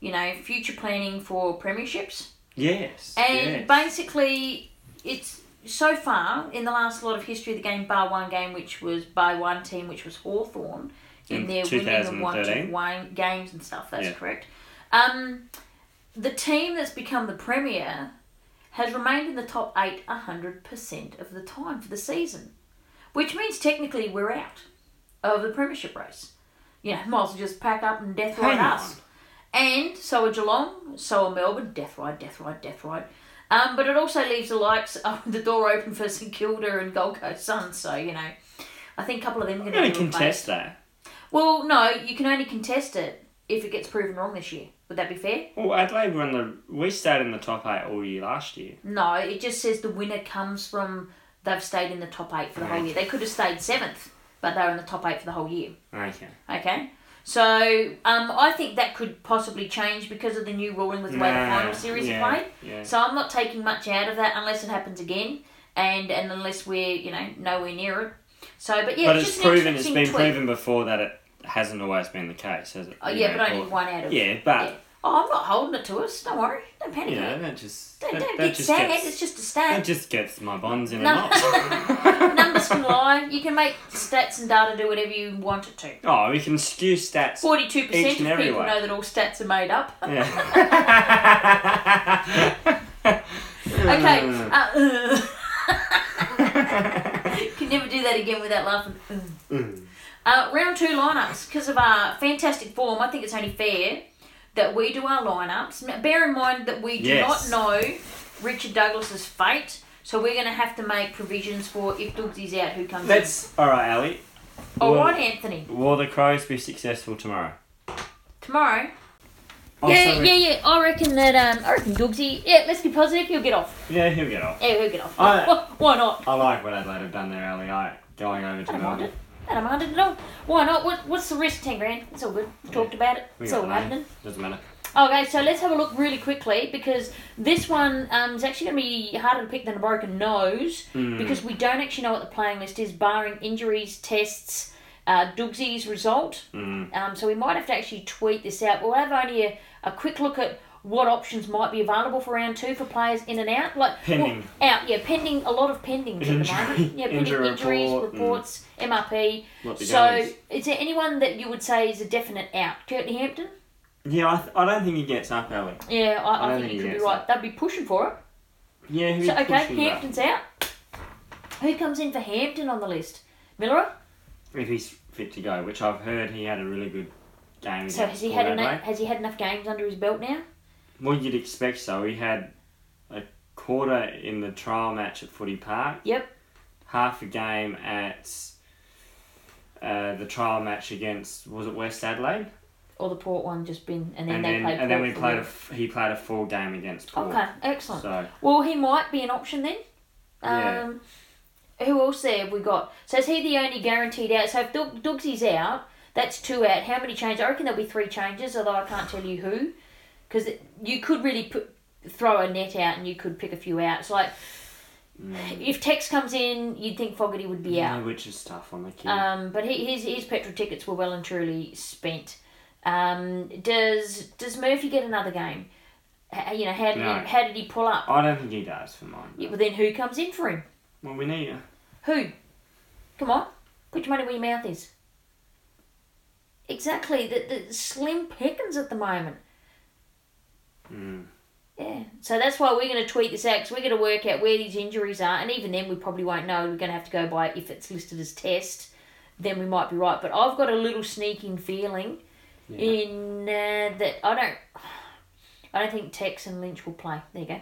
you know future planning for premierships. Yes. And yes. basically, it's so far in the last lot of history of the game, bar one game, which was by one team, which was Hawthorn in In their winning of one to 2013. one games and stuff. That's Yeah. correct. Um, the team that's become the premier has remained in the top eight hundred percent of the time for the season, which means technically we're out of the premiership race. You know, might as well just pack up and death ride Hang on. us. And so are Geelong, so are Melbourne, death ride, death ride, death ride. Um, but it also leaves the likes of the door open for St Kilda and Gold Coast Suns, so you know, I think a couple of them are I'm going going to to contest that. Well, no, you can only contest it if it gets proven wrong this year. Would that be fair? Well, Adelaide were in the. We stayed in the top eight all year last year. No, it just says the winner comes from they've stayed in the top eight for the whole year. They could have stayed seventh, but they were in the top eight for the whole year. Okay. Okay. So um, I think that could possibly change because of the new ruling with the way the Nah, final series yeah, are played. yeah. So I'm not taking much out of that unless it happens again, and and unless we're you know nowhere near it. So, but yeah, but it's it's just proven. An It's interesting been tweak. proven before that it hasn't always been the case, has it? Oh You yeah, know, but only Hawthorn- one out of Yeah, but Oh, I'm not holding it to us. Don't worry. Don't panic. Yeah, that just Don't, that, don't that get just sad. gets It's just a that stat. just gets my bonds in No. a knot. Numbers can lie. You can make stats and data do whatever you want it to. oh, we can skew stats. Forty-two percent Each of and people every way. know that all stats are made up. Yeah. Okay. Uh, Can never do that again without laughing. Uh. Mm. Uh, round two lineups. Because of our fantastic form, I think it's only fair that we do our lineups. Now, bear in mind that we do Yes. not know Richard Douglas's fate, so we're going to have to make provisions for if Dougsy's out, who comes Let's. All right, Ali. in. All right, Anthony. Will the Crows be successful tomorrow? Tomorrow. Oh, yeah, sorry. yeah, yeah. I reckon that. Um, I reckon Dougsy. Yeah, let's be positive. He'll get off. Yeah, he'll get off. Yeah, he'll get off. I- Why- why not? I like what Adelaide have done there, Ali. I going over to I don't mind Melbourne. it. I don't mind it at all. Why not? What, what's the risk? 10 grand. It's all good. We talked about it. We It's got all the money. happening. Doesn't matter. Okay, so let's have a look really quickly because this one um, is actually going to be harder to pick than a broken nose Hmm. because we don't actually know what the playing list is, barring injuries, tests, uh, Dougsy's result. Hmm. Um, so we might have to actually tweet this out. We'll have only a, a quick look at what options might be available for round two for players in and out. Like well, Pending. out, yeah, pending a lot of pendings at the Injury- moment. Yeah, pending injury injuries, report and- reports, MRP. Might be So goalies. is there anyone that you would say is a definite out? Curtin Hampton? Yeah, I, th- I don't think he gets up, Ali. Yeah, I I, I, don't think think he you could be gets right. They'd be pushing for it. Yeah, who's So, okay, pushing that? Hampton's out. Who comes in for Hampton on the list? Miller? If he's fit to go, which I've heard he had a really good game. So has against he had Port enough, Adelaide. has he had enough games under his belt now? Well, you'd expect so. He had a quarter in the trial match at Footy Park, Yep. half a game at uh, the trial match against was it West Adelaide, Or the Port one just been and then and they then played and then we Port for played a the- f- he played a full game against Port. Okay, excellent. So Well, he might be an option then. Yeah. Um, Who else there have we got? So is he the only guaranteed out? So if Doug, Dougsy's out, that's two out. How many changes? I reckon there'll be three changes, although I can't tell you who, because you could really put throw a net out and you could pick a few out. It's like if Tex comes in, you'd think Fogarty would be out. Mm. yeah, which is tough on the kid. Um, but he, his his petrol tickets were well and truly spent. Um, does does Murphy get another game? H- you know how did No. he, how did he pull up? I don't think he does for mine. Yeah, but then who comes in for him? Well, we need. Who? Come on, put your money where your mouth is. Exactly, the, the slim pickings at the moment. Mm. Yeah, so that's why we're going to tweet this out 'cause we're going to work out where these injuries are, and even then we probably won't know. We're going to have to go by if it's listed as test, then we might be right. But I've got a little sneaking feeling in uh, that I don't, I don't think Tex and Lynch will play. There you go.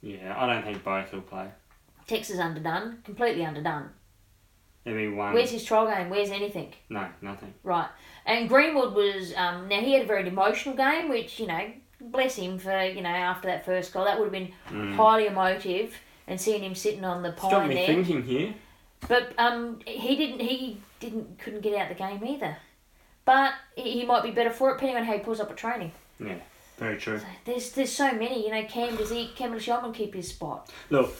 Yeah, I don't think both will play. Tex is underdone, completely underdone. There'll be one. Where's his trial game? Where's anything? No, nothing. Right. And Greenwood was um, now he had a very emotional game, which you know, bless him for you know after that first goal, that would have been highly emotive. And seeing him sitting on the It's got pine Mm. me there, thinking here. but um, he didn't. He didn't. Couldn't get out the game either. But he he might be better for it, depending on how he pulls up at training. Yeah, very true. There's there's so many. You know, Cam does he? Cam does Yeoman keep his spot? Look,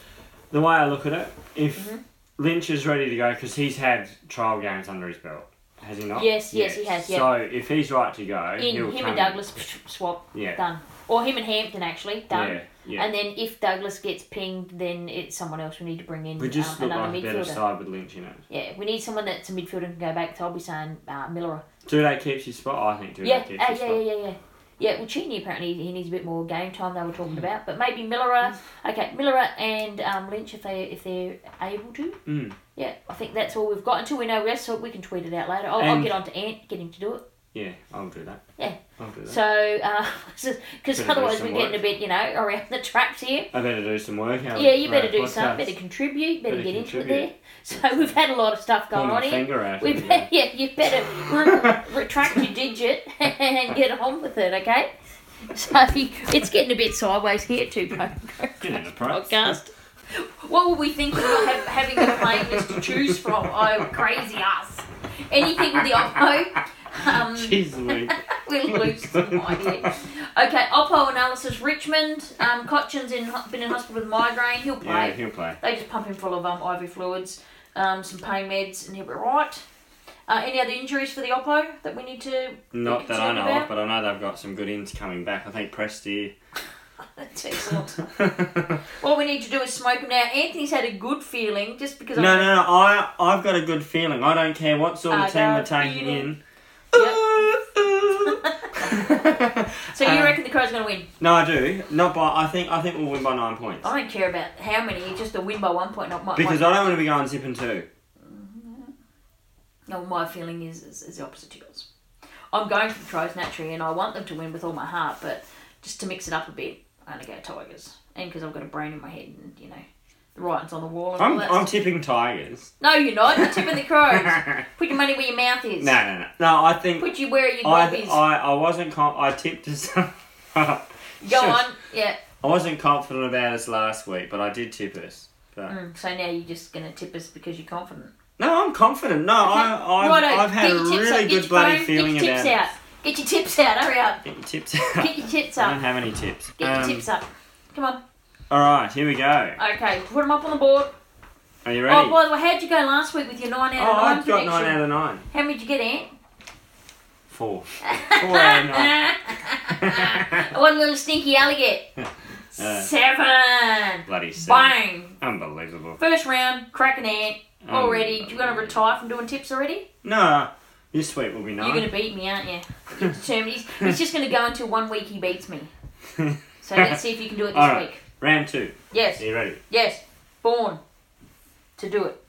the way I look at it, if Mm-hmm. Lynch is ready to go, because he's had trial games under his belt, has he not? Yes, yes, he has, yeah. So if he's right to go, In he'll him come and Douglas swap Yeah. done, or him and Hampton actually done. Yeah, yeah. And then if Douglas gets pinged, then it's someone else we need to bring in. We just um, look another like a midfielder. better side with Lynch in it. Yeah, we need someone that's a midfielder and can go back to. I'll be saying uh, Miller. Do they keep his spot? I think do they Yeah, uh, keep yeah, his yeah, spot. yeah, yeah. Yeah, well, Cheney apparently he needs a bit more game time. They were talking Hmm. about, but maybe Miller. Okay, Miller and um, Lynch if they if they're able to. Mm. Yeah, I think that's all we've got until we know rest. So we can tweet it out later. I'll, I'll And- get on to Ant, get him to do it. Yeah, I'll do that. Yeah. I'll do that. So, because Better do otherwise some we're getting a work. bit, you know, around the traps here. I better do some work. Alan, Yeah, you for better our do something. podcast. Better contribute. Better, Better get into it contribute. there. So we've had a lot of stuff Pull going my on here. finger out. We again. bet, yeah, you better re- retract your digit and get on with it, okay? So it's getting a bit sideways here too, bro. Get in the props. Podcast. What were we thinking about ha- having a playlist to choose from? Oh, crazy us. Anything with the Oppo, um, Jeez Louise. we'll lose some idea. Okay, Oppo analysis. Richmond, um, Cochin's in, ho- been in hospital with migraine. He'll play. Yeah, he'll play. They just pump him full of um, IV fluids, um, some pain meds, and he'll be right. Uh, any other injuries for the Oppo that we need to be Not that I concerned know about? of, but I know they've got some good ins coming back. I think Presti. That's excellent. All we need to do is smoke them now. Anthony's had a good feeling just because. No, no, no. I, I've got a good feeling. I don't care what sort of I team we're don't taking either. in. So you Um, reckon the Crows are going to win? no, I do. Not by. I think. I think we'll win by nine points. I don't care about how many. Just a win by one point. Not my. Because my, I don't want to be going zipping two. no, my feeling is, is is the opposite to yours. I'm going for the Crows naturally, and I want them to win with all my heart. But just to mix it up a bit, I'm going to go Tigers, and because I've got a brain in my head, and you know, the writing's on the wall. And all I'm, that I'm stuff. tipping Tigers. no, you're not. You're tipping the Crows. no, Put your money where your mouth is. no, no. No, I think. Put you where your mouth I, is. I, I wasn't. Com- I tipped us. Go Sure. on. Yeah. I wasn't confident about us last week, but I did tip us. But Mm, So now you're just going to tip us because you're confident. no, I'm confident. No, I, I've, Righto, I've had get a your tips really out, get your good bloody phone, feeling get your about tips out. Get your tips out, hurry up. it. Get your tips out. Get your tips I don't up. have any tips. Get Um, your tips up. Come on. All right, here we go. Okay, put them up on the board. Are you ready? Oh, by the way, how'd you go last week with your Oh, 9 out of 9 I've got prediction? nine out of nine. How many did you get, Ant? Four. Four out of nine. One little stinky alley get. Uh, Seven. Bloody seven. Bang. Unbelievable. First round, cracking Ant. Mm. Already, you going to retire from doing tips already? No, this week will be You're going nine. to beat me, aren't you? You're determined. He's, he's just going to go until one week he beats me. So let's see if you can do it this All right. week. Round two. Yes, Are you ready? yes. Born to do it.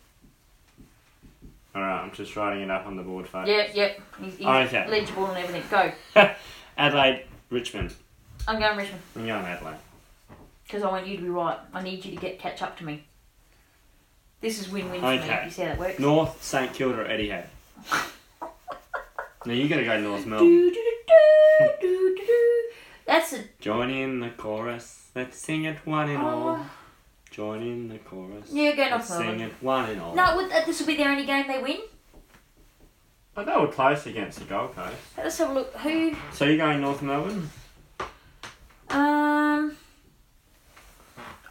All right, I'm just writing it up on the board, folks. Yeah, yep. He's, he's Okay. legible and everything. Go. Adelaide, Richmond. I'm going Richmond I'm going Adelaide. because I want you to be right. I need you to get catch up to me. This is win-win for Okay. me. You see how that works? North St Kilda at Etihad. now you got to go North Melbourne. Do, do, do, do, do, do. That's a Join in the chorus. Let's sing it one and all. Join in the chorus. Oh. Yeah, go North Let's sing Melbourne. it one and all. No, would- uh, this will be their only game they win. But they were close against the Gold Coast. Let's have a look. Who? So you're going North Melbourne? Um.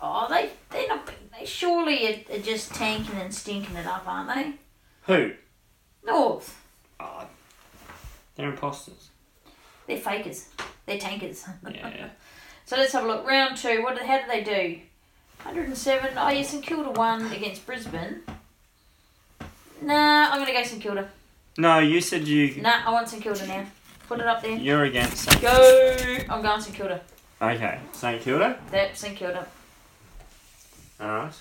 Oh, they they not they surely are, are just tanking and stinking it up, aren't they? Who? North, Oh, they're imposters. they're fakers, they're tankers. Yeah. so let's have a look. Round two. What? did- How did they do? Hundred and seven. Oh, yeah, St Kilda won against Brisbane. Nah, I'm gonna go St Kilda. no, you said you Nah, I want St Kilda now. Put it up there. you're against. St. Go. I'm going St Kilda. Okay, St Kilda. That St Kilda. All right.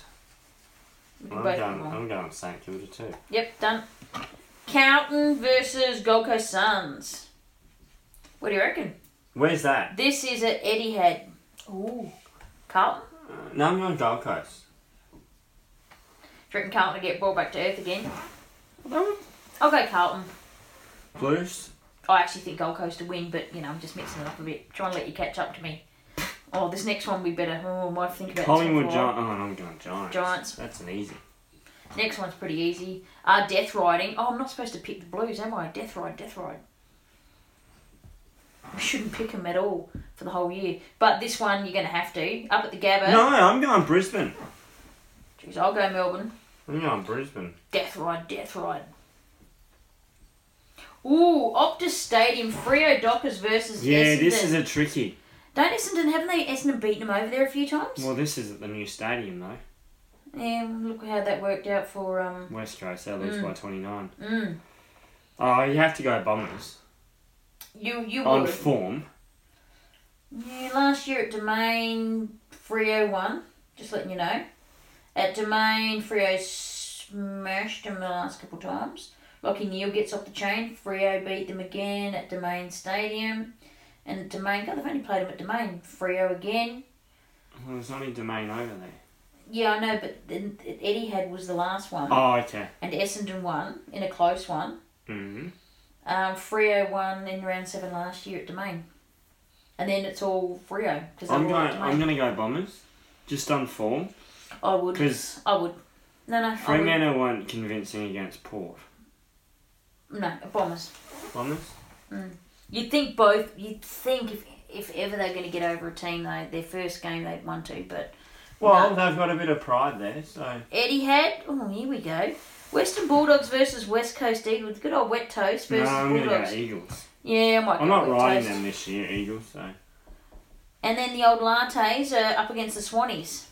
We can I'm both going. come on. I'm going St Kilda too. Yep, done. Carlton versus Gold Coast Suns. What do you reckon? Where's that? This is at Etihad. Ooh. Carlton? Uh, No, I'm going Gold Coast. Do you reckon Carlton will get brought back to earth again? I'll go Carlton. Blues. I actually think Gold Coast will win, but you know, I'm just mixing it up a bit. Try and let you catch up to me. Oh, this next one we better. Oh, I might think about Collingwood this one for a while. Giants. Oh, I'm going Giants. Giants. That's an easy. Next one's pretty easy. Uh, Death Riding. Oh, I'm not supposed to pick the Blues, am I? Death Ride, Death Ride. I shouldn't pick them at all for the whole year. But this one, you're going to have to. Up at the Gabba. No, I'm going Brisbane. Jeez, I'll go Melbourne. I'm going Brisbane. Death Ride, Death Ride. Ooh, Optus Stadium, Frio Dockers versus Yeah, Essendon. this is a tricky. Don't Essendon, haven't they Essendon beaten them over there a few times? Well, this is at the new stadium though. Yeah, look how that worked out for, um... West Coast. They lose by 29. Mm. Oh, you have to go Bombers You, you on would. form. Yeah, last year at Domain, Frio won. Just letting you know. At Domain, Frio smashed them the last couple times. Lockie Neal gets off the chain. Frio beat them again at Domain Stadium. And at Domain, God, they've only played them at Domain. Frio again. Well, Oh, there's only Domain over there. Yeah, I know, but then Eddie had was the last one. Oh, okay. And Essendon won in a close one. hmm Um, Frio won in round seven last year at Domain. And then it's all Frio. Cause I'm they're all going. at I'm Domain. going to go Bombers, just on form, I would. because I would. No, no. I would. Fremantle weren't convincing against Port. No, Bombers. Bombers. You'd think both. You'd think if if ever they're going to get over a team, though, their first game they'd won to, but Well, they've got a bit of pride there, so. Eddie had. Oh, here we go. Western Bulldogs versus West Coast Eagles. Good old wet toast No, versus I'm going to Bulldogs. go Eagles. yeah, I might. I'm go not wet riding toast. them this year, Eagles, so. And then the old lattes are up against the Swannies.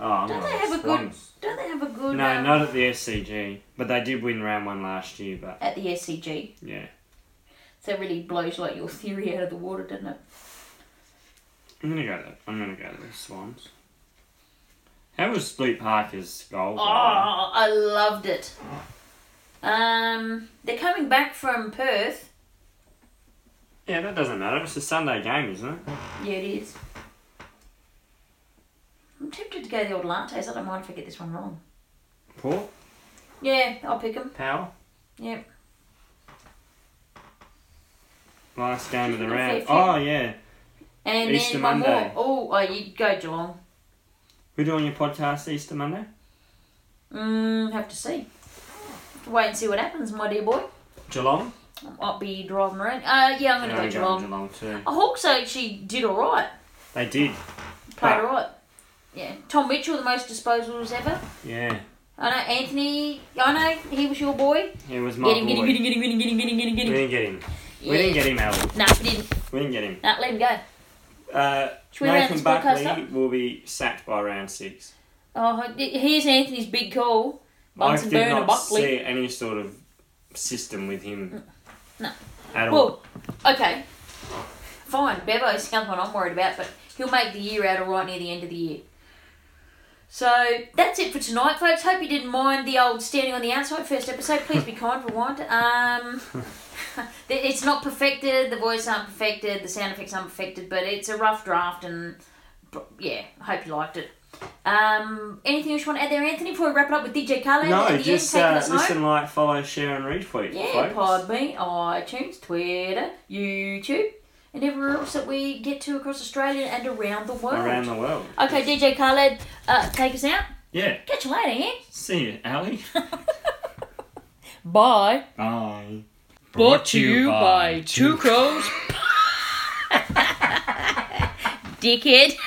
Oh, I'm Don't not they have a good? Swans. Don't they have a good? No, um, not at the SCG, but they did win round one last year, but at the SCG. yeah. So it really blows like your theory out of the water, doesn't it? I'm going to go that. I'm going to go to the Swans. How was Luke Parker's goal? Oh, by the way? I loved it. Um, they're coming back from Perth. Yeah, that doesn't matter. It's a Sunday game, isn't it? Yeah, it is. I'm tempted to go the old lattes. I don't mind if I get this one wrong. Paul? Yeah, I'll pick them. Powell? Yep. Last game of the Fair round. few. Oh, yeah. And Easter then one Monday. more. Oh, oh, you go Geelong. We're doing your podcast Easter Monday? Mm, have to see. Have to wait and see what happens, my dear boy. Geelong? I might be driving around. Uh, yeah, I'm Yeah, going to go I'm Geelong. going Geelong too. The Hawks actually did all right. They did. Played But- all right. Yeah. Tom Mitchell, the most disposals ever. Yeah. I know Anthony. I know he was your boy. It was my Get him, get boy. him, get him, get him, get him, get him, get him, get him, get We didn't him. get him. We didn't get him, Al. Nah, we didn't. We didn't get him. Nah, let him go. Uh, Should we round Nathan this podcast Buckley up? will be sacked by round six. Oh, here's Anthony's big call. Bunsen I did Burner not Buckley. Mm. see any sort of system with him. No. At all. Well, okay. Fine. Bevo's the other one I'm worried about, but he'll make the year out of right near the end of the year. So that's it for tonight, folks. Hope you didn't mind the old standing on the outside first episode. Please be kind for one. Um, it's not perfected. The voice aren't perfected. The sound effects aren't perfected. But it's a rough draft, and yeah, hope you liked it. Um, anything else you want to add there, Anthony? Before we wrap it up with DJ Khaled at the no, end, just taking uh, us home? listen, like, follow, share, and retweet. Yeah, folks. Podbean, iTunes, Twitter, YouTube, and everywhere else that we get to across Australia and around the world. Around the world. okay, DJ Khaled, uh, take us out. Yeah. Catch you later, Ian. See you, Ali. Bye. Bye. Brought to you by Two Crows Dickhead.